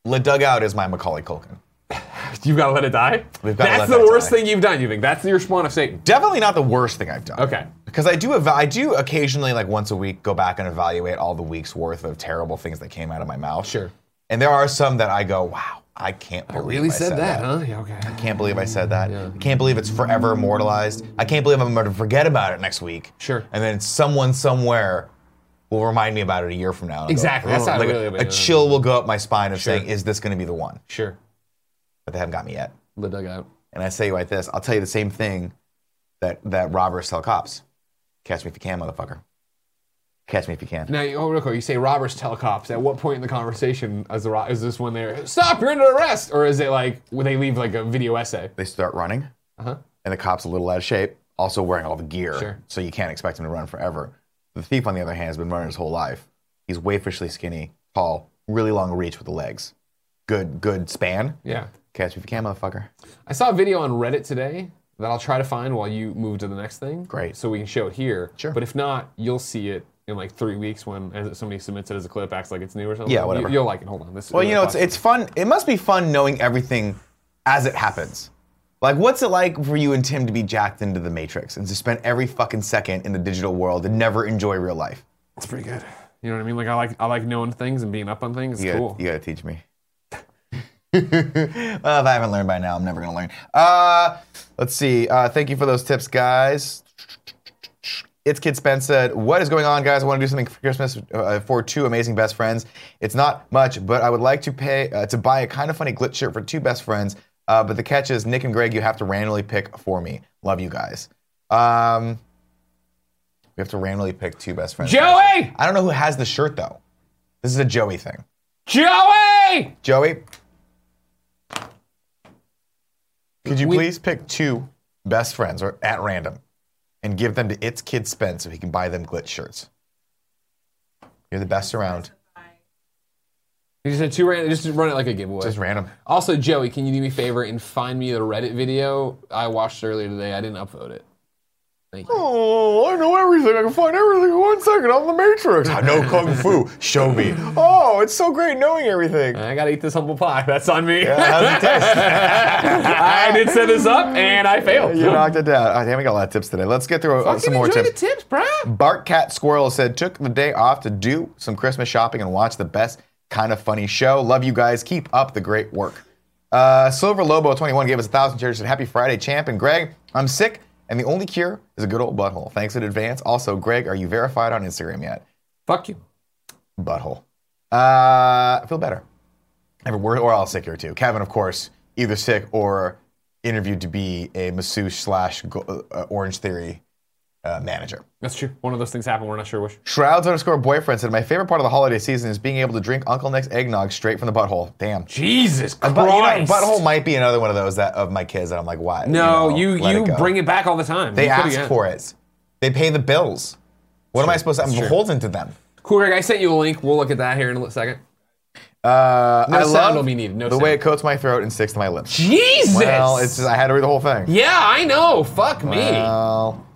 Le Dugout is my Macaulay Culkin.
You've got to let it die?
We've gotta
that's
let
the
that
worst
die.
thing you've done, you think? That's your spawn of Satan.
Definitely not the worst thing I've done.
Okay.
Because I do, eva- I do occasionally, like once a week, go back and evaluate all the week's worth of terrible things that came out of my mouth.
Sure.
And there are some that I go, wow, I can't believe
Really
I
said, that, huh? Yeah, okay.
I can't believe I said that. I can't believe it's forever immortalized. I can't believe I'm going to forget about it next week.
Sure.
And then someone somewhere will remind me about it a year from now. and I'll "Oh,
Exactly. That's how it
like,
really-
a, a chill will go up my spine of saying, is this going to be the one?
Sure.
But they haven't got me yet.
The dugout.
And I say like this, I'll tell you the same thing that, that robbers tell cops. Catch me if you can, motherfucker. Catch me if you can.
Now, you- oh, real quick, you say robbers tell cops. At what point in the conversation is the ro- is this when they're stop? You're under arrest, or is it like when they leave like a video essay?
They start running, and the cop's a little out of shape, also wearing all the gear,
Uh-huh. Sure.
so you can't expect him to run forever. The thief, on the other hand, has been running his whole life. He's waifishly skinny, tall, really long reach with the legs. Good, good span.
Yeah,
Catch me if you can, motherfucker.
I saw a video on Reddit today that I'll try to find while you move to the next thing.
Great.
So we can show it here.
Sure.
But if not, you'll see it in like three weeks when as somebody submits it as a clip, acts like it's new or something.
Yeah, whatever.
You, will like it. Hold on. This.
Well, you know, it's it's fun. It must be fun knowing everything as it happens. Like, what's it like for you and Tim to be jacked into the Matrix and to spend every fucking second in the digital world and never enjoy real life?
it's pretty good. You know what I mean? Like I like I like knowing things and being up on things. It's
You
cool.
gotta, you gotta teach me. well, if I haven't learned by now, I'm never gonna learn. Uh, let's see. Uh, thank you for those tips, guys. It's Kid Spence said, What is going on, guys? I want to do something for Christmas uh, for two amazing best friends. It's not much, but I would like to pay uh, to buy a kind of funny glitch shirt for two best friends. Uh, but the catch is, Nick and Greg, you have to randomly pick for me. Love you guys. Um, we have to randomly pick two best friends.
Joey!
I don't know who has the shirt, though. This is a Joey thing.
Joey!
Joey, could you
We-
please pick two best friends or at random and give them to its kid Spence so he can buy them glitch shirts? You're the best around.
You just had two random. Just run it like a giveaway.
Just random.
Also, Joey, can you do me a favor and find me the Reddit video I watched earlier today? I didn't upload it. Thank you.
Oh, I know everything. I can find everything in one second. I'm the Matrix. I know Kung Fu. Show me. Oh, it's so great knowing everything.
I gotta eat this humble pie. That's on me.
How's it taste?
I did set this up and I failed.
You knocked it down. Oh, damn, we got a lot of tips today. Let's get through uh, some more tips.
the tips, bro.
Bart Cat Squirrel said, took the day off to do some Christmas shopping and watch the best kind of funny show. Love you guys. Keep up the great work. Uh, Silver Lobo 21 gave us a thousand cheers. Said, Happy Friday, champ. And Greg, I'm sick, and the only cure is a good old butthole. Thanks in advance. Also, Greg, are you verified on Instagram yet?
Fuck you.
Butthole. Uh, I feel better. I mean, we're, we're all sick here, too. Kevin, of course, either sick or interviewed to be a masseuse slash go- uh, Orange Theory uh, manager.
That's true. One of those things happened. We're not sure which.
Shrouds underscore boyfriend said, My favorite part of the holiday season is being able to drink Uncle Nick's eggnog straight from the butthole. Damn.
Jesus Christ.
Uh, But, you know, butthole might be another one of those that of my kids that I'm like, why?
No, you
know, let
you
it go.
bring it back all the time.
They ask for it. They pay the bills. What am I supposed to? I'm beholden to them.
Cool, Greg. I sent you a link. We'll look at that here in a second.
Uh, I
sound
love
will be needed, no
the way
sound.
it coats my throat and sticks to my lips.
Jesus.
Well, it's just, I had to read the whole thing.
yeah, I know. Fuck me.
Well,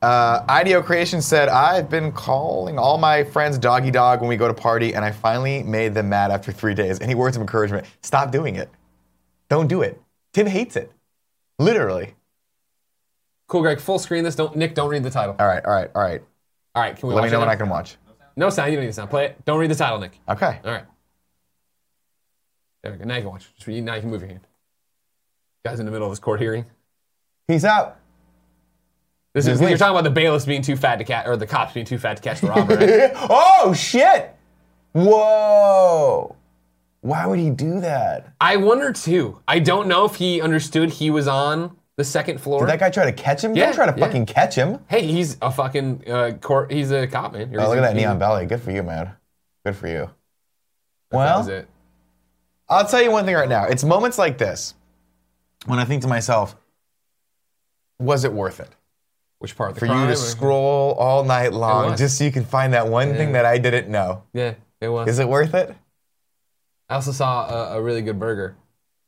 uh, Ideo Creation said, I've been calling all my friends doggy dog when we go to party, and I finally made them mad after three days. Any words of encouragement? Stop doing it. Don't do it. Tim hates it. Literally.
cool, Greg. Full screen this. Don't Nick. Don't read the title.
All right, all right, all right.
All right. Can we
Let
watch
me know
it
when
now?
I can watch.
No sound. You don't need a sound. Play it. Don't read the title, Nick.
Okay.
All right. There we go. Now you can watch. Just, now you can move your hand. Guys in the middle of this court hearing.
Peace out.
This is
Wait.
you're talking about the bailiffs being too fat to catch, or the cops being too fat to catch the robber. right?
Oh, shit. Whoa. Why would he do that?
I wonder too. I don't know if he understood he was on the second floor.
Did that guy try to catch him?
Yeah,
Don't try to
yeah.
fucking catch him.
hey, he's a fucking uh, court. He's a cop, man.
Oh, look at that neon belly. Good for you, man. Good for you.
That
Well,
was it.
I'll tell you one thing right now. It's moments like this when I think to myself, was it worth it
Which part? The
for
crime
you
or-
to scroll all night long
was.
just so you can find that one thing that I didn't know?
Yeah, it was.
Is it worth it?
I also saw a, a really good burger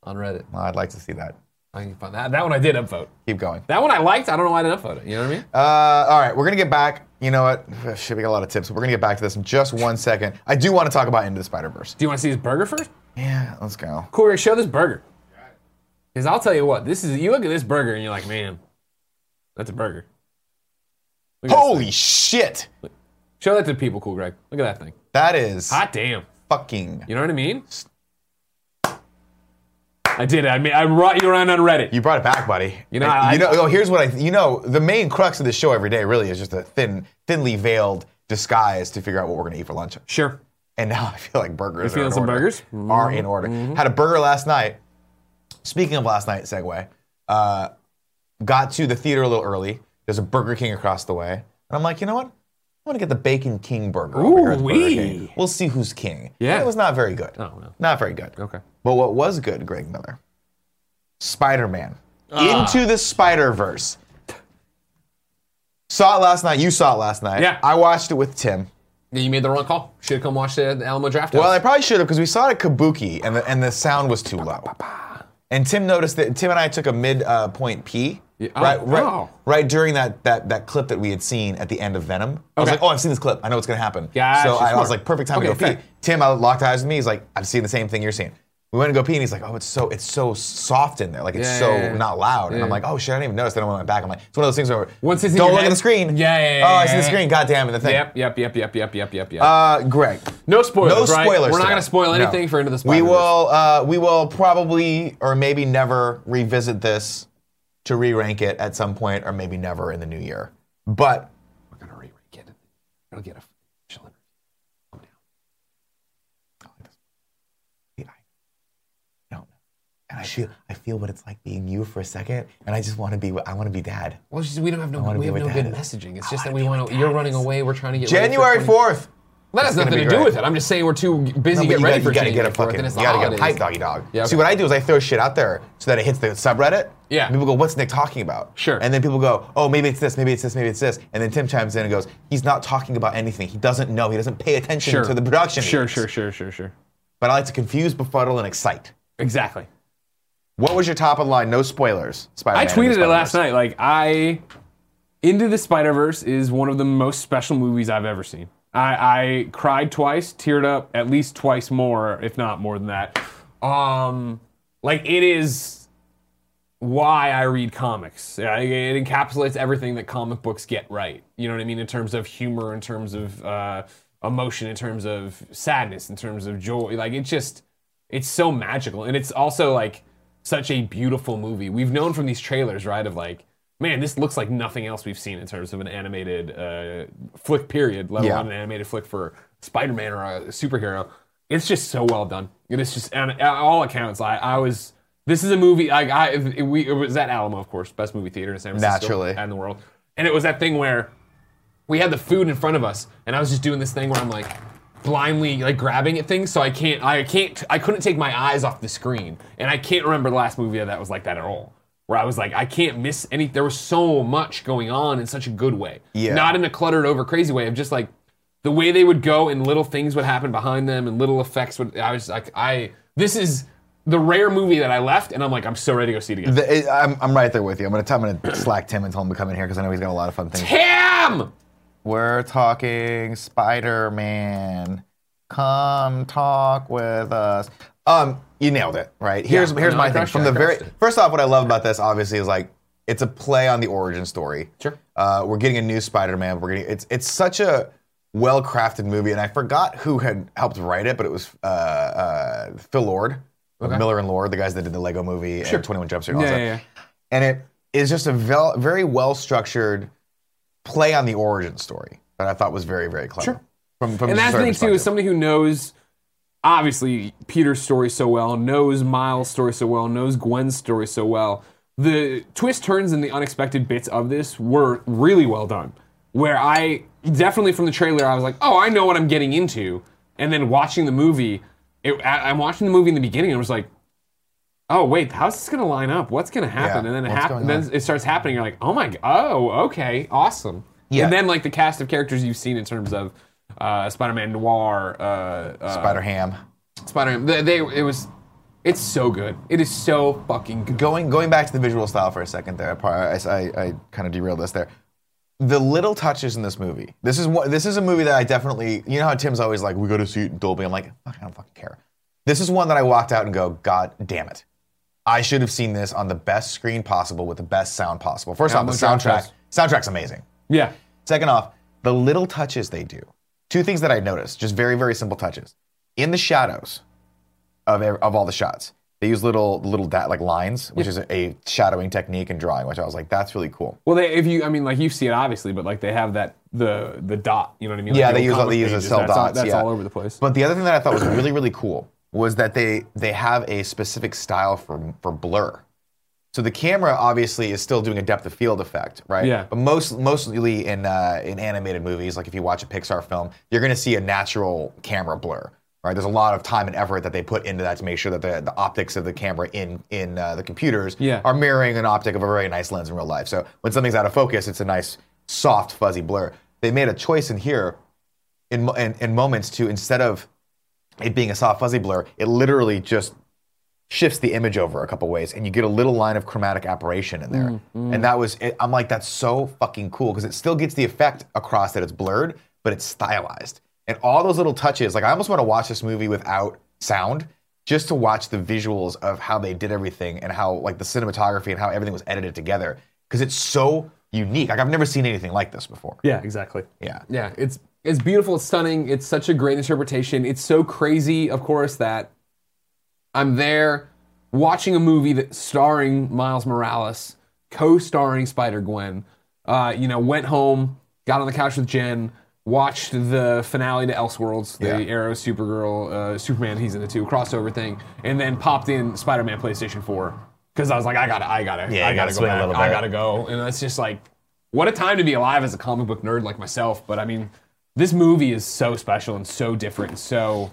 on Reddit.
Well, I'd like to see that.
I can find that. That one I did upvote.
Keep going.
That one I liked. I don't know why I didn't upvote it. You know what I mean?
Uh, all right, we're gonna get back. You know what? Should we got a lot of tips? But we're gonna get back to this in just one second. I do want to talk about Into the Spider Verse.
Do you want to see his burger first?
Yeah, let's go.
Corey, show this burger. Because I'll tell you what, this is. You look at this burger and you're like, man, that's a burger. Look at this
Holy shit!
thing. Show that to the people, cool Greg. Look at that thing.
That is
Hot damn.
fucking.
You know what I mean? I did. it. I mean, I brought you around on Reddit.
You brought it back, buddy.
You know,
And
I-
you know. oh, here's what I. You know, the main crux of this show every day really is just a thin, thinly veiled disguise to figure out what we're gonna eat for lunch.
sure.
And now I feel like burgers.
You
are
feeling
in
some
order.
burgers? Mm-hmm.
Are in order. Had a burger last night. Speaking of last night, segue. Uh, got to the theater a little early. There's a Burger King across the way, and I'm like, you know what? I'm gonna get the Bacon King burger. over here at the Burger
Ooh-wee.
King. We'll see who's king.
Yeah.
And it was not very good.
Oh, no.
Not very good.
Okay.
But what was good, Greg Miller? Spider Man. Into the Spider Verse. Saw it last night. You saw it last night.
Yeah.
I watched it with Tim.
Yeah, you made the wrong call. Should have come watch the, the Alamo Draft House.
Well, I probably should have because we saw it at Kabuki and the, and the sound was too low. And Tim noticed that Tim and I took a mid uh, point P
Yeah.
right,
Oh,
right,
wow.
right during that, that that clip that we had seen at the end of Venom. I was
Okay.
like, oh, I've seen this clip. I know what's going to happen.
Gotcha,
so I, was
smart.
like, perfect time to
Okay,
go pee.
fair.
Tim I locked eyes with me. He's like, I've seen the same thing you're seeing. We went to go pee and he's like, oh, it's so it's so soft in there, like it's
Yeah,
so
yeah, yeah.
not loud. And I'm
Yeah.
like, oh shit, I didn't even notice. Then I went back. I'm like, it's one of those things where
Once it's in
don't
your
look at
head-
the screen.
Yeah, yeah, yeah,
Oh, I
yeah,
see the
yeah.
screen. God damn it, the thing.
yep, yep, yep, yep, yep, yep, yep, yep.
Uh, Greg.
no spoilers.
No
right?
spoilers.
We're not
today.
going to spoil
No.
anything for Into the Spider.
We will. Uh, we will probably or maybe never revisit this to re-rank it at some point, or maybe never in the new year. But
We're going to re-rank it. It'll get a chilling. Calm down.
I don't. And I feel. I feel what it's like being you for a second, and I just want to be. I want to be dad.
Well, it's just, we don't have no,
wanna
we
be
have
with
no good
Dad.
messaging. It's just that we want to. You're running away. We're trying to get ready for
January
20
fourth.
That has
gonna
nothing
be
to do
great.
with it. I'm just saying we're too busy
No, but
getting
you
ready
gotta,
for
you gotta
January
get a
4th,
fucking,
and it's
you gotta
the
get a pipe doggy
holidays.
dog.
Yeah,
See
okay.
what I do is I throw shit out there so that it hits the subreddit.
Yeah.
And people go, what's Nick talking about?
Sure.
And then people go, oh, maybe it's this, maybe it's this, maybe it's this. And then Tim chimes in and goes, he's not talking about anything. He doesn't know. He doesn't pay attention
Sure.
to the production.
Sure,
meetings."
sure, sure, sure, sure.
But I like to confuse, befuddle, and excite.
Exactly.
What was your top of the line? No spoilers.
I
Spider-Man
tweeted it last night. Like I, Into the Spider Verse is one of the most special movies I've ever seen. I, I cried twice, teared up at least twice more, if not more than that. Um, like it is why I read comics. Yeah, It it encapsulates everything that comic books get right. You know what I mean? In terms of humor, in terms of uh, emotion, in terms of sadness, in terms of joy. Like it just, it's so magical, and it's also like such a beautiful movie. We've known from these trailers, right? Of like, man, this looks like nothing else we've seen in terms of an animated uh, flick period, let
Yeah.
alone an animated flick for Spider-Man or a superhero. It's just so well done. It is just on on all accounts. I, I was. This is a movie. Like I, it- we it was at Alamo, of course, best movie theater in San Francisco
Naturally.
and the world. And it was that thing where we had the food in front of us, and I was just doing this thing where I'm like blindly like grabbing at things, so I can't, I can't, I couldn't take my eyes off the screen, and I can't remember the last movie that was like that at all. Where I was like, I can't miss any. There was so much going on in such a good way,
Yeah.
not in a cluttered over crazy way of just like the way they would go and little things would happen behind them and little effects would. I was like, I this is the rare movie that I left, and I'm like, I'm so ready to go see it again.
The, it, I'm, I'm right there with you. I'm gonna, I'm gonna slack Tim and tell him to come in here because I know he's got a lot of fun things.
Damn!
We're talking Spider Man. Come talk with us. Um, you nailed it, right? Here's
Yeah,
here's
no,
my
I
thing.
crushed
From
it,
the
I
very
crushed it.
first off, what I love about this obviously is like it's a play on the origin story.
Sure.
Uh, we're getting a new Spider Man. We're getting it's it's such a well crafted movie, and I forgot who had helped write it, but it was uh, uh, Phil Lord, of Miller and Lord, the guys that did the Lego Movie and Twenty One Jump Street. and all
Yeah,
that.
yeah, yeah.
And it is just a vel- very well structured play on the origin story that I thought was very, very clever.
Sure.
From, from
and
just
that's the
a
thing
certain
too
perspective.
is somebody who knows obviously peter's story so well knows miles story so well knows gwen's story so well the twist turns and the unexpected bits of this were really well done where i definitely from the trailer i was like oh i know what i'm getting into and then watching the movie it, I, i'm watching the movie in the beginning and i was like oh wait, how's this gonna line up? What's gonna happen?
Yeah,
and then it
what's
happens.
going
Then it starts happening. You're like, oh my, g- oh okay, awesome.
Yeah.
And then like the cast of characters you've seen in terms of uh, Spider-Man Noir, uh, uh,
Spider Ham.
Spider-Man. They, they it was It's so good. It is so fucking good.
Going going back to the visual style for a second there, I, par- I, kind of derailed us there. The little touches in this movie. This is what this is a movie that I definitely. You know how Tim's always like, we go to see it in Dolby. I'm like, fuck, I don't fucking care. This is one that I walked out and go, God damn it, I should have seen this on the best screen possible with the best sound possible. First off, the
Album track
soundtrack.
choice.
Soundtrack's amazing.
Yeah.
Second off, the little touches they do. Two things that I noticed, just very, very simple touches. In the shadows of, ev- of all the shots, they use little little da- like lines, which is a shadowing technique in drawing, which I was like, that's really cool.
Well, they, if you, I mean, like you see it obviously, but like they have that the the dot. You know what I mean?
Yeah,
Like, the
they use
old
all- they
comic
use the
pages,
cell
that's all-
dots,
That's
yeah.
all over the place.
But the other thing that I thought was really, really cool was that they they have a specific style for for blur. So the camera obviously is still doing a depth of field effect, right?
Yeah.
But most mostly in uh, in animated movies, like if you watch a Pixar film, you're going to see a natural camera blur, right? There's a lot of time and effort that they put into that to make sure that the, the optics of the camera in in uh, the computers
Yeah.
are mirroring an optic of a very nice lens in real life. So when something's out of focus, it's a nice soft fuzzy blur. They made a choice in here in, mo- in, in moments to instead of it being a soft fuzzy blur, it literally just shifts the image over a couple ways, and you get a little line of chromatic aberration in there. And that was, it, I'm like, that's so fucking cool because it still gets the effect across that it's blurred, but it's stylized. And all those little touches, like I almost want to watch this movie without sound, just to watch the visuals of how they did everything and how like the cinematography and how everything was edited together because it's so unique. Like I've never seen anything like this before.
yeah, exactly.
Yeah.
Yeah, it's it's beautiful, it's stunning, it's such a great interpretation. It's so crazy, of course, that I'm there watching a movie that starring Miles Morales, co-starring Spider Gwen. Uh, you know, went home, got on the couch with Jen, watched the finale to Elseworlds, the
Yeah.
Arrow, Supergirl, uh, Superman. He's in the two crossover thing, and then popped in Spider-Man PlayStation Four because I was like, I gotta, I gotta,
Yeah, you
I
gotta
gotta, go
swing a
back.
little
I
bit.
gotta go, and it's just like, what a time to be alive as a comic book nerd like myself. But I mean, this movie is so special and so different, and so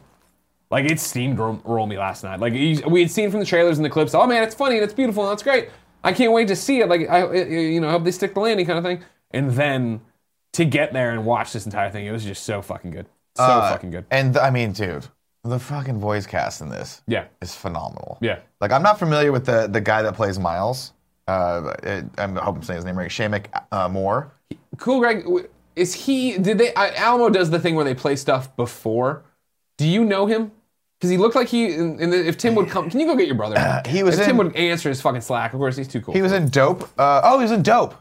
like it steamrolled me last night. Like you- we had seen from the trailers and the clips. Oh man, it's funny and it's beautiful and that's great. I can't wait to see it. Like I, I- you know, hope they stick the landing kind of thing. And then to get there and watch this entire thing, it was just so fucking good. So
Uh,
fucking good.
And I mean, dude, the fucking voice cast in this
Yeah.
is phenomenal.
Yeah.
Like, I'm not familiar with the, the guy that plays Miles. Uh, it, I'm- I hope I'm saying his name right. Shamek uh, Moore.
Cool, Greg. w- Is he? Did they? I, Alamo does the thing where they play stuff before. Do you know him? Because he looked like he. And and if Tim would come, can you go get your brother?
Uh, He was
If Tim
in-
would answer his fucking slack. Of course, he's too cool.
He was in Dope. Uh, oh, he was in Dope.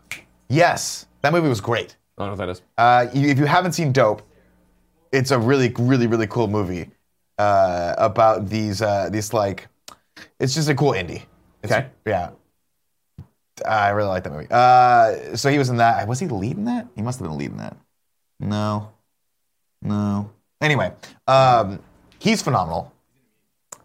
Yes. That movie was great.
I don't know what that is.
Uh, you, if you haven't seen Dope, it's a really, really, really cool movie uh, about these, uh, these like, it's just a cool indie. It's-
Okay.
Yeah. I really like that movie. Uh, so he was in that. Was he leading that? He must have been leading that. No. No. Anyway, um, he's phenomenal.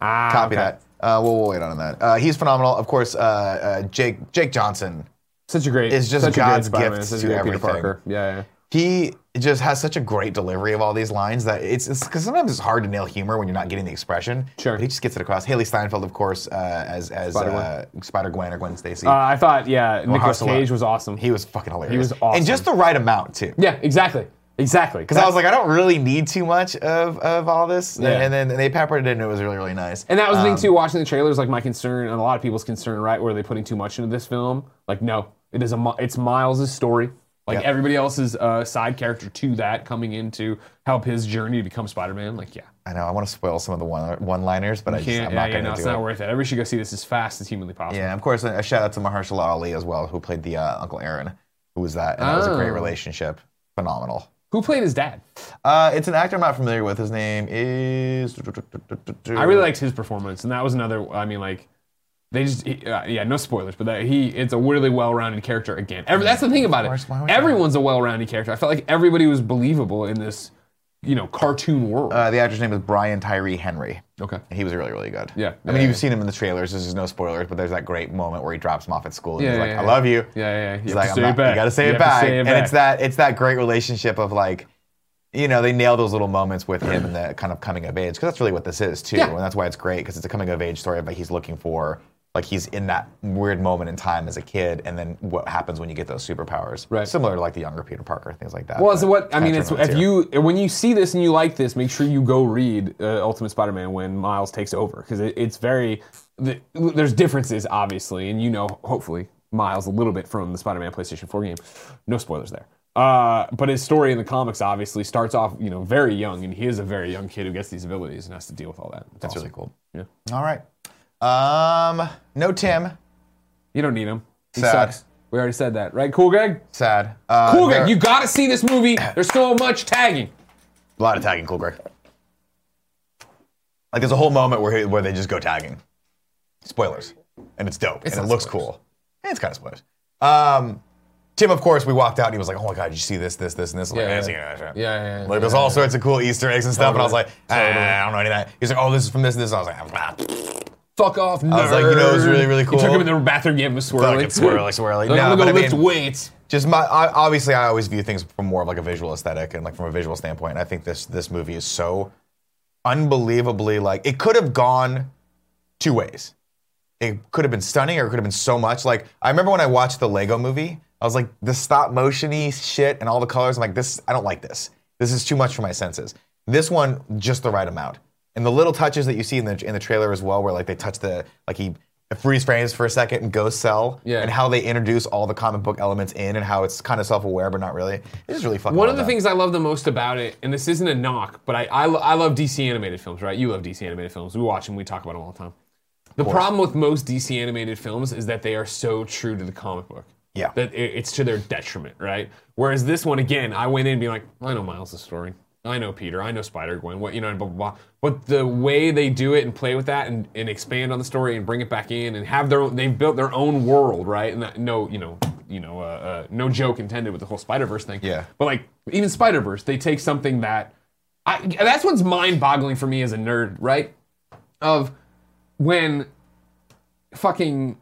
Ah,
Copy
okay.
that. Uh, we'll, we'll wait on that. Uh, he's phenomenal. Of course, uh, uh, Jake Jake Johnson
Such a great.
It's just
such a great
God's
Spider-Man,
gift
such a
to
great Peter
everything.
Parker. Yeah, yeah.
he just has such a great delivery of all these lines that it's because sometimes it's hard to nail humor when you're not getting the expression.
Sure.
But he just gets it across. Haley Steinfeld, of course, uh, as as
Spider-Gwen.
Spider Gwen or Gwen Stacy.
Uh, I thought, yeah, Nicolas
Harcelot.
Cage was awesome.
he was fucking hilarious.
was awesome.
and just the right amount too.
yeah, exactly, exactly.
Because I was like, I don't really need too much of, of all this.
Yeah.
And then they peppered it in. It was really, really nice.
and that was the thing too. Watching the trailers, like my concern and a lot of people's concern, right? Were they putting too much into this film? Like, no, it is a Mi- it's Miles' story. Like
Yeah.
everybody else's uh, side character to that coming in to help his journey to become Spider-Man. Like, yeah,
I know, I want to spoil some of the one, one-liners, but I just,
can't.
I'm
Yeah,
not
yeah,
going to
no,
do
it's
it.
not worth it. Everybody should go see this as fast as humanly possible.
yeah, of course, a a shout-out to Mahershala Ali as well, who played the uh, Uncle Aaron, who was that. And that was a great
Oh.
relationship. Phenomenal.
Who played his dad?
Uh, it's an actor I'm not familiar with. His name is.
I really liked his performance, and that was another. I mean, like they just he, uh, yeah, no spoilers, but that he it's a really well-rounded character again. Every, that's the thing about
course,
it.
why would you-
Everyone's a well-rounded character. I felt like everybody was believable in this, you know, cartoon world.
Uh, the actor's name is Brian Tyree Henry.
okay.
And He was really, really good.
Yeah.
I mean,
Yeah,
you've
yeah.
seen him in the trailers. This is no spoilers, but there's that great moment where he drops him off at school and
Yeah,
he's
yeah,
like,
yeah,
"I
yeah.
love you."
Yeah, yeah. yeah.
He's
You
like,
have
I'm
to say
not-
it back.
you gotta say
You
it
have to
back.
say it
And
back.
it's that it's that great relationship of like, you know, they nail those little moments with him and the kind of coming of age because that's really what this is too,
Yeah.
and that's why it's great because it's a coming of age story, but he's looking for like he's in that weird moment in time as a kid, and then what happens when you get those superpowers.
Right.
Similar to like the younger Peter Parker, things like that.
Well,
But
so what I mean,
kinda
it's
turns
if
here.
you when you see this and you like this, make sure you go read uh, Ultimate Spider-Man when Miles takes over because it, it's very the, there's differences obviously, and you know hopefully Miles a little bit from the Spider-Man PlayStation 4 game. No spoilers there. Uh, but his story in the comics obviously starts off you know very young, and he is a very young kid who gets these abilities and has to deal with all that. That's
It's really cool.
Yeah.
All right. Um, no Tim.
You don't need him. He
Sad.
sucks. We already said that, right? Cool, Greg.
Sad. Uh,
Cool,
there-
Greg. You got to see this movie. There's so much tagging.
A lot of tagging, cool, Greg. Like there's a whole moment where he- where they just go tagging. Spoilers, and it's dope, and
not
it looks cool. Eh, It's kind of spoilers. Um, Tim, of course, we walked out and he was like, "Oh my god, did you see this, this, this, and this?" I'm like,
Yeah,
"Eh, it's
yeah.
you know, that's right."
Yeah, yeah, yeah,
like there's all sorts of cool Easter eggs and stuff, and I was like, "Ah,
Totally.
"I don't know any of that." He's like, "Oh, this is from this, and this." And I was like, ah,
Fuck off, nerd.
was like, you know, it was really, really
You took
cool.
him in the bathroom, gave him a swirly.
"Fucking swirly, swirly."
Like,
No,
I'm
but
gonna
I
go lift
mean-
weights.
just my I, obviously I always view things from more of like a visual aesthetic and like from a visual standpoint. And I think this this movie is so unbelievably like it could have gone two ways. It could have been stunning or it could have been so much. Like I remember when I watched the Lego movie, I was like the stop motiony shit and all the colors. I'm like this I don't like this. This is too much for my senses. This one just the right amount. And the little touches that you see in the in the trailer as well where like they touch the like he freeze frames for a second and goes sell
Yeah.
and how how they introduce all the comic book elements in and how it's kind of self-aware but not really. It's just really fucking.
One
well
of the
done.
things I love the most about it, and this isn't a knock, but I, I, lo- I love DC animated films, right? You love DC animated films. We watch them, we talk about them all the time. The problem with most DC animated films is that they are so true to the comic book.
Yeah.
That it- it's to their detriment, right? Whereas this one, again, I went in being like, I know Miles' story. I know Peter. I know Spider Gwen. What you know, and blah blah blah. But the way they do it and play with that and, and expand on the story and bring it back in and have their own, they've built their own world, right? And that, no, you know, you know, uh, uh, no joke intended with the whole Spider Verse thing.
Yeah.
But like even Spider Verse, they take something that I, that's what's mind boggling for me as a nerd, right? Of when fucking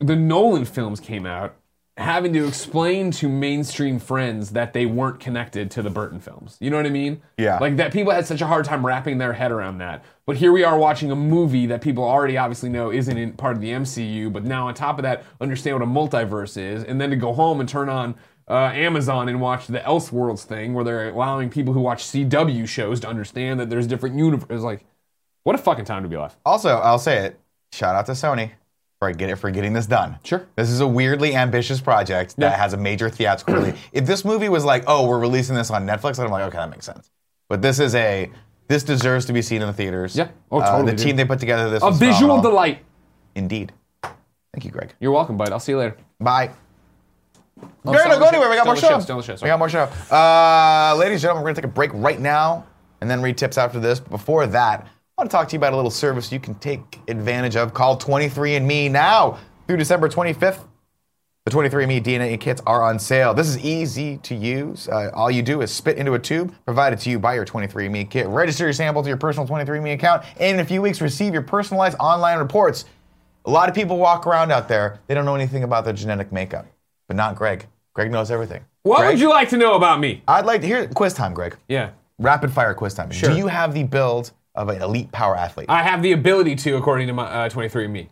the Nolan films came out, having to explain to mainstream friends that they weren't connected to the Burton films. You know what I mean?
Yeah.
Like that people had such a hard time wrapping their head around that. But here we are watching a movie that people already obviously know isn't in part of the MCU, but now on top of that, understand what a multiverse is, and then to go home and turn on uh, Amazon and watch the Elseworlds thing where they're allowing people who watch CW shows to understand that there's different universes. Like, what a fucking time to be alive.
Also, I'll say it. Shout out to Sony for get it for getting this done.
Sure.
This is a weirdly ambitious project that
Yeah.
has a major theatrical release. If this movie was like, oh, we're releasing this on Netflix, then I'm like, okay, that makes sense. But this is a this deserves to be seen in the theaters.
Yeah. Oh,
Uh,
totally,
the
dude.
team they put together this
A
was
visual
phenomenal.
delight.
Indeed. Thank you, Greg.
You're welcome, bud. I'll see you later.
Bye.
Oh,
Gary,
still
don't
on
go
the
anywhere. We got
still
more
on the
show.
Still on the show.
we
sorry.
got more show. Uh, ladies and gentlemen, we're going to take a break right now and then read tips after this. But before that, I want to talk to you about a little service you can take advantage of called 23andMe now through December 25th. The 23andMe DNA kits are on sale. This is easy to use. Uh, all you do is spit into a tube provided to you by your 23andMe kit. Register your sample to your personal 23andMe account, and in a few weeks, receive your personalized online reports. A lot of people walk around out there, they don't know anything about their genetic makeup, but not Greg. Greg knows everything.
What
Greg,
would you like to know about me?
I'd like to hear quiz time, Greg.
Yeah.
Rapid fire quiz time.
Sure.
Do you have the build of an elite power athlete?
I have the ability to, according to my uh, 23andMe.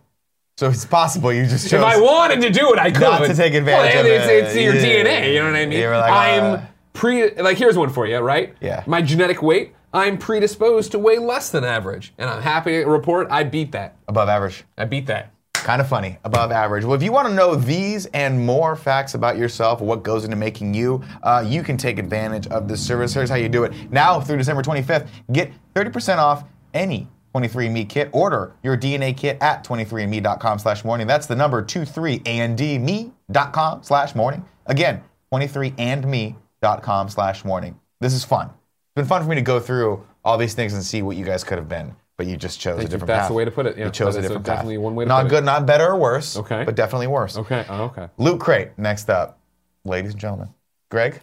so it's possible you just chose.
If I wanted to do it, I could.
Not to take advantage
well,
of
it's,
it.
It's your
Yeah.
DNA. You know what I mean?
You were like, uh,
I'm pre. Like, here's one for you, right?
Yeah.
My genetic weight. I'm predisposed to weigh less than average, and I'm happy to report I beat that.
Above average.
I beat that.
Kind of funny, above average. Well, if you want to know these and more facts about yourself, what goes into making you, uh, you can take advantage of this service. Here's how you do it. Now through December 25th, get 30% off any 23andMe kit. Order your DNA kit at 23andMe.com slash morning. That's the number 23andme.com slash morning. Again, 23andme.com slash morning. This is fun. It's been fun for me to go through all these things and see what you guys could have been, but you just chose a
you.
different
That's
path.
the way to put it, yeah.
You chose
That
a
is a-
different path.
definitely one way to
Not
put it.
good, not better or worse.
Okay.
But definitely worse.
Okay. Oh, okay.
Loot Crate, next up. Ladies and gentlemen, Greg,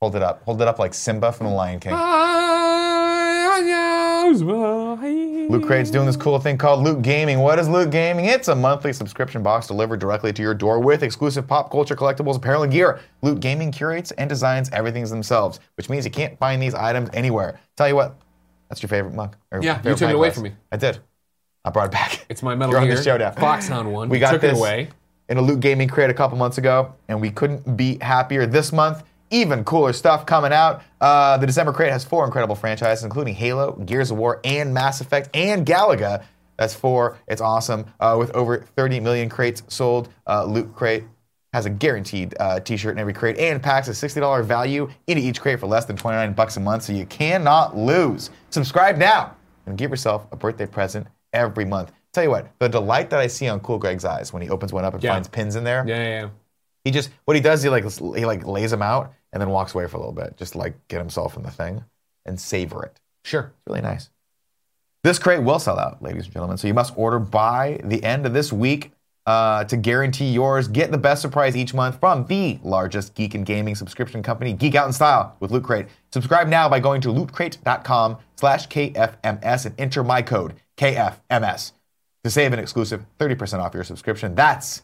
hold it up. Hold it up like Simba from The Lion King. Loot Crate's doing this cool thing called Loot Gaming. What is Loot Gaming? It's a monthly subscription box delivered directly to your door with exclusive pop culture collectibles, apparel, and gear. Loot Gaming curates and designs everything themselves, which means you can't find these items anywhere. Tell you what, that's your favorite mug. or
Yeah, you
favorite
took it
pint
away
glass.
from me.
I did. I brought it back.
It's my Metal
You're on
Gear
the show now.
Foxhound one.
We got
Took
this
it away.
in a Loot Gaming crate a couple months ago, and we couldn't be happier this month. Even cooler stuff coming out. Uh, the December crate has four incredible franchises, including Halo, Gears of War, and Mass Effect, and Galaga. That's four. It's awesome. Uh, with over 30 million crates sold, uh, Loot Crate has a guaranteed uh, T-shirt in every crate and packs a $60 value into each crate for less than 29 bucks a month, so you cannot lose. Subscribe now and give yourself a birthday present every month. Tell you what, the delight that I see on Cool Greg's eyes when he opens one up and
Yeah.
finds pins in there,
Yeah, yeah, yeah.
he just what he does, he like he like lays them out and then walks away for a little bit, just to, like get himself in the thing and savor it.
Sure.
It's really nice. This crate will sell out, ladies and gentlemen. So you must order by the end of this week uh, to guarantee yours. Get the best surprise each month from the largest geek and gaming subscription company, Geek Out in Style, with Loot Crate. Subscribe now by going to lootcrate.com slash KFMS and enter my code, KFMS, to save an exclusive 30% off your subscription. That's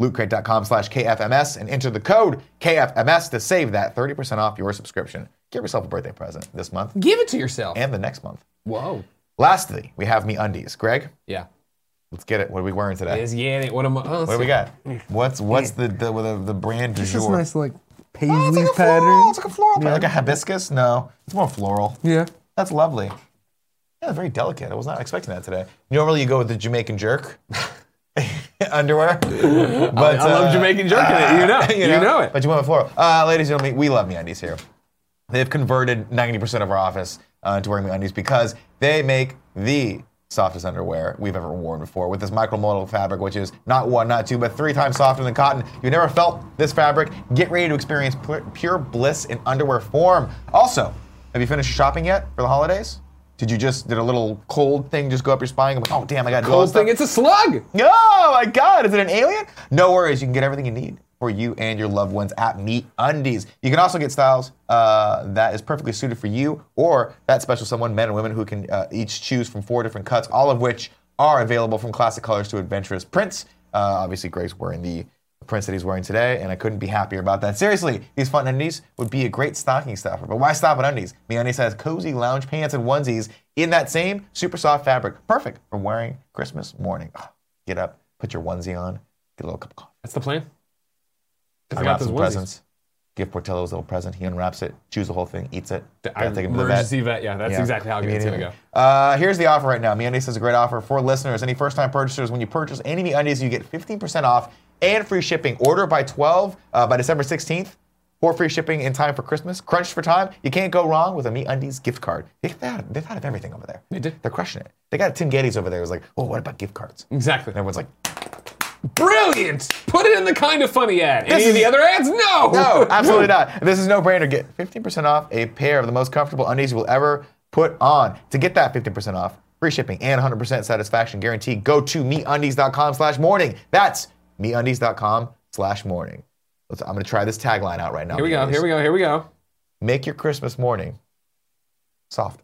lootcrate.com slash KFMS and enter the code KFMS to save that 30% off your subscription. Get yourself a birthday present this month
Give it to yourself.
and the next month.
Whoa.
Lastly, we have me undies. Greg,
Yeah.
let's get it. What are we wearing today?
Is yeah. it- What am I? Oh,
what do we got? What's what's the the, the, the brand du
It's just
jour?
nice like paisley
Oh, it's like a
pattern.
floral. It's like a floral. pattern. Like a hibiscus? No, it's more floral.
yeah.
That's lovely. Yeah, very delicate. I was not expecting that today. Normally, you go with the Jamaican jerk underwear, but uh,
I love Jamaican jerk in it. You know. you, know. it.
But you went with floral. Uh, ladies and gentlemen, we love MeUndies here. They've converted 90% of our office uh, to wearing MeUndies because they make the softest underwear we've ever worn before with this micromodal fabric, which is not one, not two, but three times softer than cotton. You've never felt this fabric. Get ready to experience pure, pure bliss in underwear form. Also, have you finished shopping yet for the holidays? Did you just did a little cold thing just go up your spine? And, oh damn, I got
Whole thing. It's a slug.
Oh my God, is it an alien? No worries, you can get everything you need for you and your loved ones at Meet Undies. You can also get styles uh, that is perfectly suited for you or that special someone, men and women, who can uh, each choose from four different cuts, all of which are available from classic colors to adventurous prints. Uh, obviously, Greg's wearing the prints that he's wearing today, and I couldn't be happier about that. Seriously, these fun undies would be a great stocking stuffer. But why stop at undies? MeUndies has cozy lounge pants and onesies in that same super soft fabric, perfect for wearing Christmas morning. Ah, get up, put your onesie on, get a little cup of coffee.
That's the plan. 'Cause I
Unwrap
got those
some
onesies.
presents. Give Portillo his little present. He unwraps it, chews the whole thing, eats it.
I
Gotta take him to the vet.
emergency vet. Yeah, that's
Yeah.
exactly how
You
it's
need
gonna
it.
go.
Uh, here's the offer right now. MeUndies has a great offer for listeners. Any first-time purchasers, when you purchase any MeUndies, you get 15% off and free shipping. Order by 12 uh, by December 16th for free shipping in time for Christmas. Crunch for time. You can't go wrong with a MeUndies gift card. They thought of, they thought of everything over there. They
did.
They're crushing it. They got Tim Geddes over there. who's like, oh, what about gift cards? And
Exactly.
everyone's like,
Brilliant. Put it in the kind of funny ad. Any
This
of the
is-
other ads? No.
No, absolutely not. This is no brainer. Get 15% off a pair of the most comfortable undies you will ever put on. To get that 15% off, free shipping and 100% satisfaction guarantee, go to meundies.com slash morning. That's meundies.com slash morning. Let's, I'm going to try this tagline out right now.
Here we go. Here we go. Here we go.
Make your Christmas morning soft.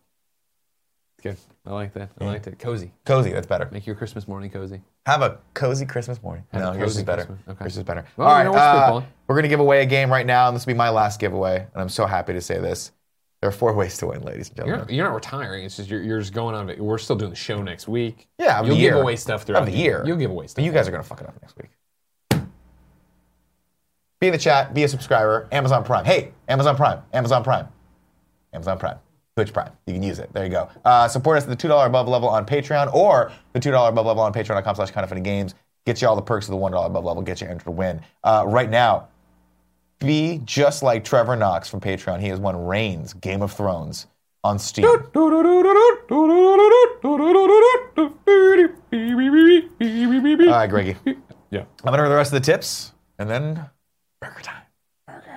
Good. I like that. I liked it. Cozy.
Cozy, that's better.
Make your Christmas morning cozy.
Have a cozy Christmas morning.
Have a
no, yours
cozy
is better.
Christmas- okay.
Yours is better.
Well,
All
you
right,
know what's good,
uh,
Paul.
we're gonna give away a game right now, and this will be my last giveaway. And I'm so happy to say this. There are four ways to win, ladies and
You're
gentlemen.
not, you're not retiring. It's just you're, you're just going on. vac- We're still doing the show next week.
Yeah, of the
you'll give
year.
away stuff throughout
Of the year.
You'll give away stuff.
But you guys are gonna fuck it up next week. Be in the chat. Be a subscriber. Amazon Prime. Hey, Amazon Prime. Amazon Prime. Amazon Prime. Twitch Prime. You can use it. There you go. Uh, support us at the two dollar above level on Patreon or the two dollar above level on Patreon.com slash Kind of Funny Games. Get you all the perks of the one dollar above level. Get you entered to win. Uh, right now, be just like Trevor Knox from Patreon. He has won Reigns, Game of Thrones on Steam. All right, Greggy.
Yeah.
I'm gonna read the rest of the tips, and then burger time. Burger.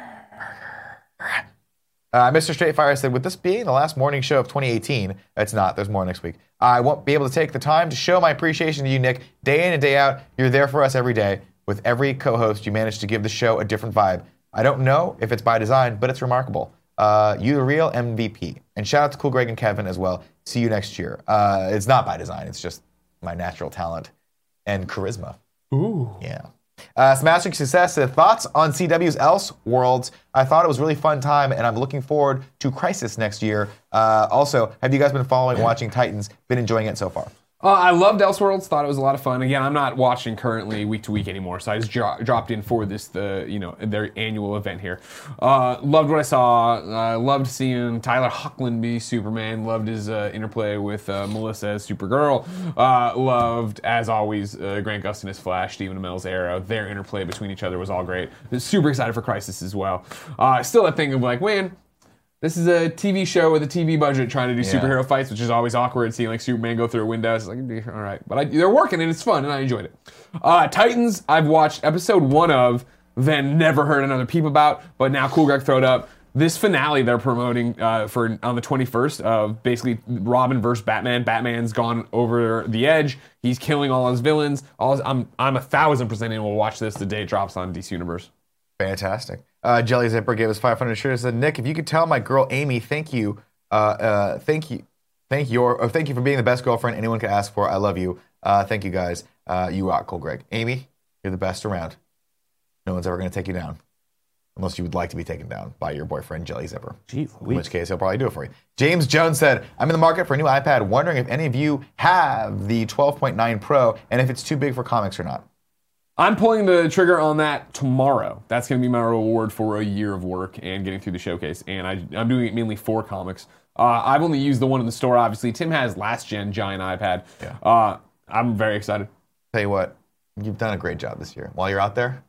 Uh, Mr. Straightfire said, with this being the last morning show of 2018, it's not, there's more next week. I won't be able to take the time to show my appreciation to you, Nick, day in and day out. You're there for us every day. With every co host, you manage to give the show a different vibe. I don't know if it's by design, but it's remarkable. Uh, you the real MVP. And shout out to Cool Greg and Kevin as well. See you next year. Uh, it's not by design, it's just my natural talent and charisma. Yeah. Uh, smashing success. Uh, Thoughts on CW's Else Worlds? I thought it was a really fun time, and I'm looking forward to Crisis next year. Uh, also, have you guys been following, watching Titans? Been enjoying it so far?
Uh, I loved Elseworlds. Thought it was a lot of fun. Again, I'm not watching currently week to week anymore, so I just dro- dropped in for this, the you know their annual event here. Uh, loved what I saw. Uh, loved seeing Tyler Hoechlin be Superman. Loved his uh, interplay with uh, Melissa as Supergirl. Uh, loved, as always, uh, Grant Gustin as Flash, Stephen Amell's Arrow. Their interplay between each other was all great. Super excited for Crisis as well. Uh, still that thing of like, man, this is a TV show with a TV budget trying to do superhero fights, which is always awkward. Seeing like Superman go through a window, it's like "Eh, all right, but I, they're working and it's fun and I enjoyed it. Uh, Titans, I've watched episode one of, then never heard another peep about, but now Cool Greg throwed up this finale they're promoting uh, for on the 21st of basically Robin versus Batman. Batman's gone over the edge. He's killing all his villains. All his, I'm I'm a thousand percent in. We'll watch this the day it drops on DC Universe.
Fantastic. Uh, Jelly Zipper gave us 500 shares. Said Nick, if you could tell my girl Amy, thank you, uh, uh, thank you, thank your, or thank you for being the best girlfriend anyone could ask for. I love you. Uh, thank you guys. Uh, you rock, Cole Greg. Amy, you're the best around. No one's ever going to take you down, unless you would like to be taken down by your boyfriend Jelly Zipper. In which case, he'll probably do it for you. James Jones said, I'm in the market for a new iPad, wondering if any of you have the 12.9 Pro and if it's too big for comics or not.
I'm pulling the trigger on that tomorrow. That's going to be my reward for a year of work and getting through the showcase. And I, I'm doing it mainly for comics. Uh, I've only used the one in the store, obviously. Tim has last gen giant iPad.
Yeah.
Uh, I'm very excited.
Tell you what, you've done a great job this year. While you're out there,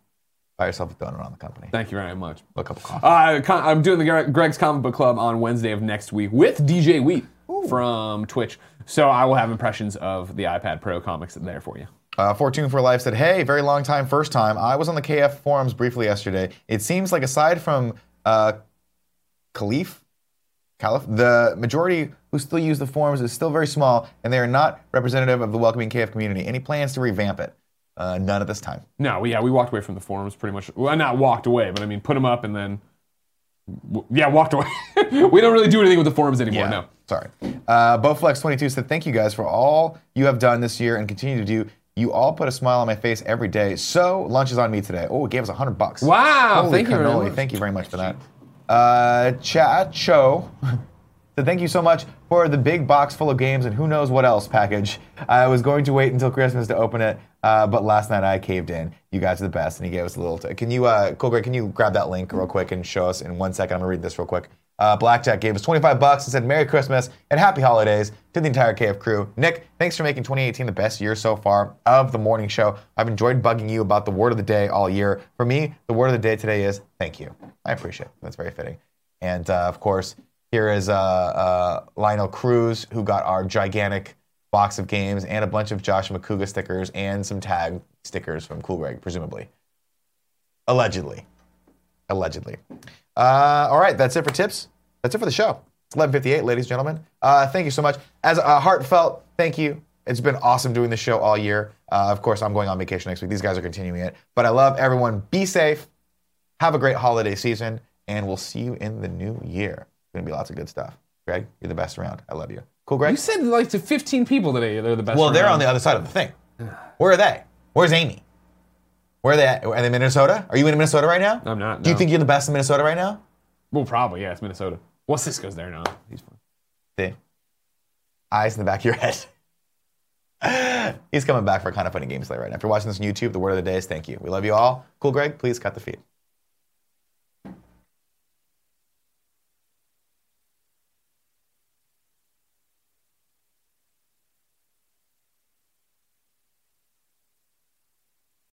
buy yourself a donut on the company.
Thank you very much.
A cup of coffee.
Uh, con- I'm doing the Gre- Greg's Comic Book Club on Wednesday of next week with DJ Wheat from Twitch. So I will have impressions of the iPad Pro comics there for you.
Uh, Fortune for Life said, "Hey, very long time, first time. I was on the KF forums briefly yesterday. It seems like aside from uh, Khalif, Caliph, the majority who still use the forums is still very small, and they are not representative of the welcoming KF community. Any plans to revamp it? Uh, none at this time.
No, yeah, we walked away from the forums pretty much. Well, not walked away, but I mean, put them up and then, w- yeah, walked away. we don't really do anything with the forums anymore. No,
Sorry. Uh, BoFlex22 said, Thank you guys for all you have done this year and continue to do. You all put a smile on my face every day. So, lunch is on me today. Oh, it gave us 100 bucks.
Wow,
Holy
thank you very
cannoli.
much.
Thank you very much for that. Uh, Chacho said, Thank you so much for the big box full of games and who knows what else package. I was going to wait until Christmas to open it, uh, but last night I caved in. You guys are the best. And he gave us a little. T- can you, uh, Cool Greg, can you grab that link real quick and show us in one second? I'm going to read this real quick. Uh, Blackjack gave us 25 bucks and said, Merry Christmas and Happy Holidays to the entire KF crew. Nick, thanks for making 2018 the best year so far of the morning show. I've enjoyed bugging you about the word of the day all year. For me, the word of the day today is thank you. I appreciate it. That's very fitting. And uh, of course, here is uh, uh, Lionel Cruz, who got our gigantic box of games and a bunch of Josh McCouga stickers and some tag stickers from Cool Greg, presumably. Allegedly. Allegedly. Uh, all right, that's it for tips. That's it for the show. It's 11:58, ladies and gentlemen. Uh, thank you so much. As a heartfelt thank you. It's been awesome doing the show all year. Uh, of course, I'm going on vacation next week. These guys are continuing it, but I love everyone. Be safe. Have a great holiday season, and we'll see you in the new year. It's gonna be lots of good stuff. Greg, you're the best around. I love you. Cool, Greg.
you said like to 15 people today. They're the best.
Well, they're
around.
on the other side of the thing. Where are they? Where's Amy? Where are they? At? Are they in Minnesota? Are you in Minnesota right now?
I'm not,
Do you
no.
think you're the best in Minnesota right now?
Well, probably yeah. It's Minnesota. Well, Cisco's there now. He's fine.
The eyes in the back of your head. He's coming back for kind of funny games later right now. If you're watching this on YouTube, the word of the day is thank you. We love you all. Cool, Greg. Please cut the feed.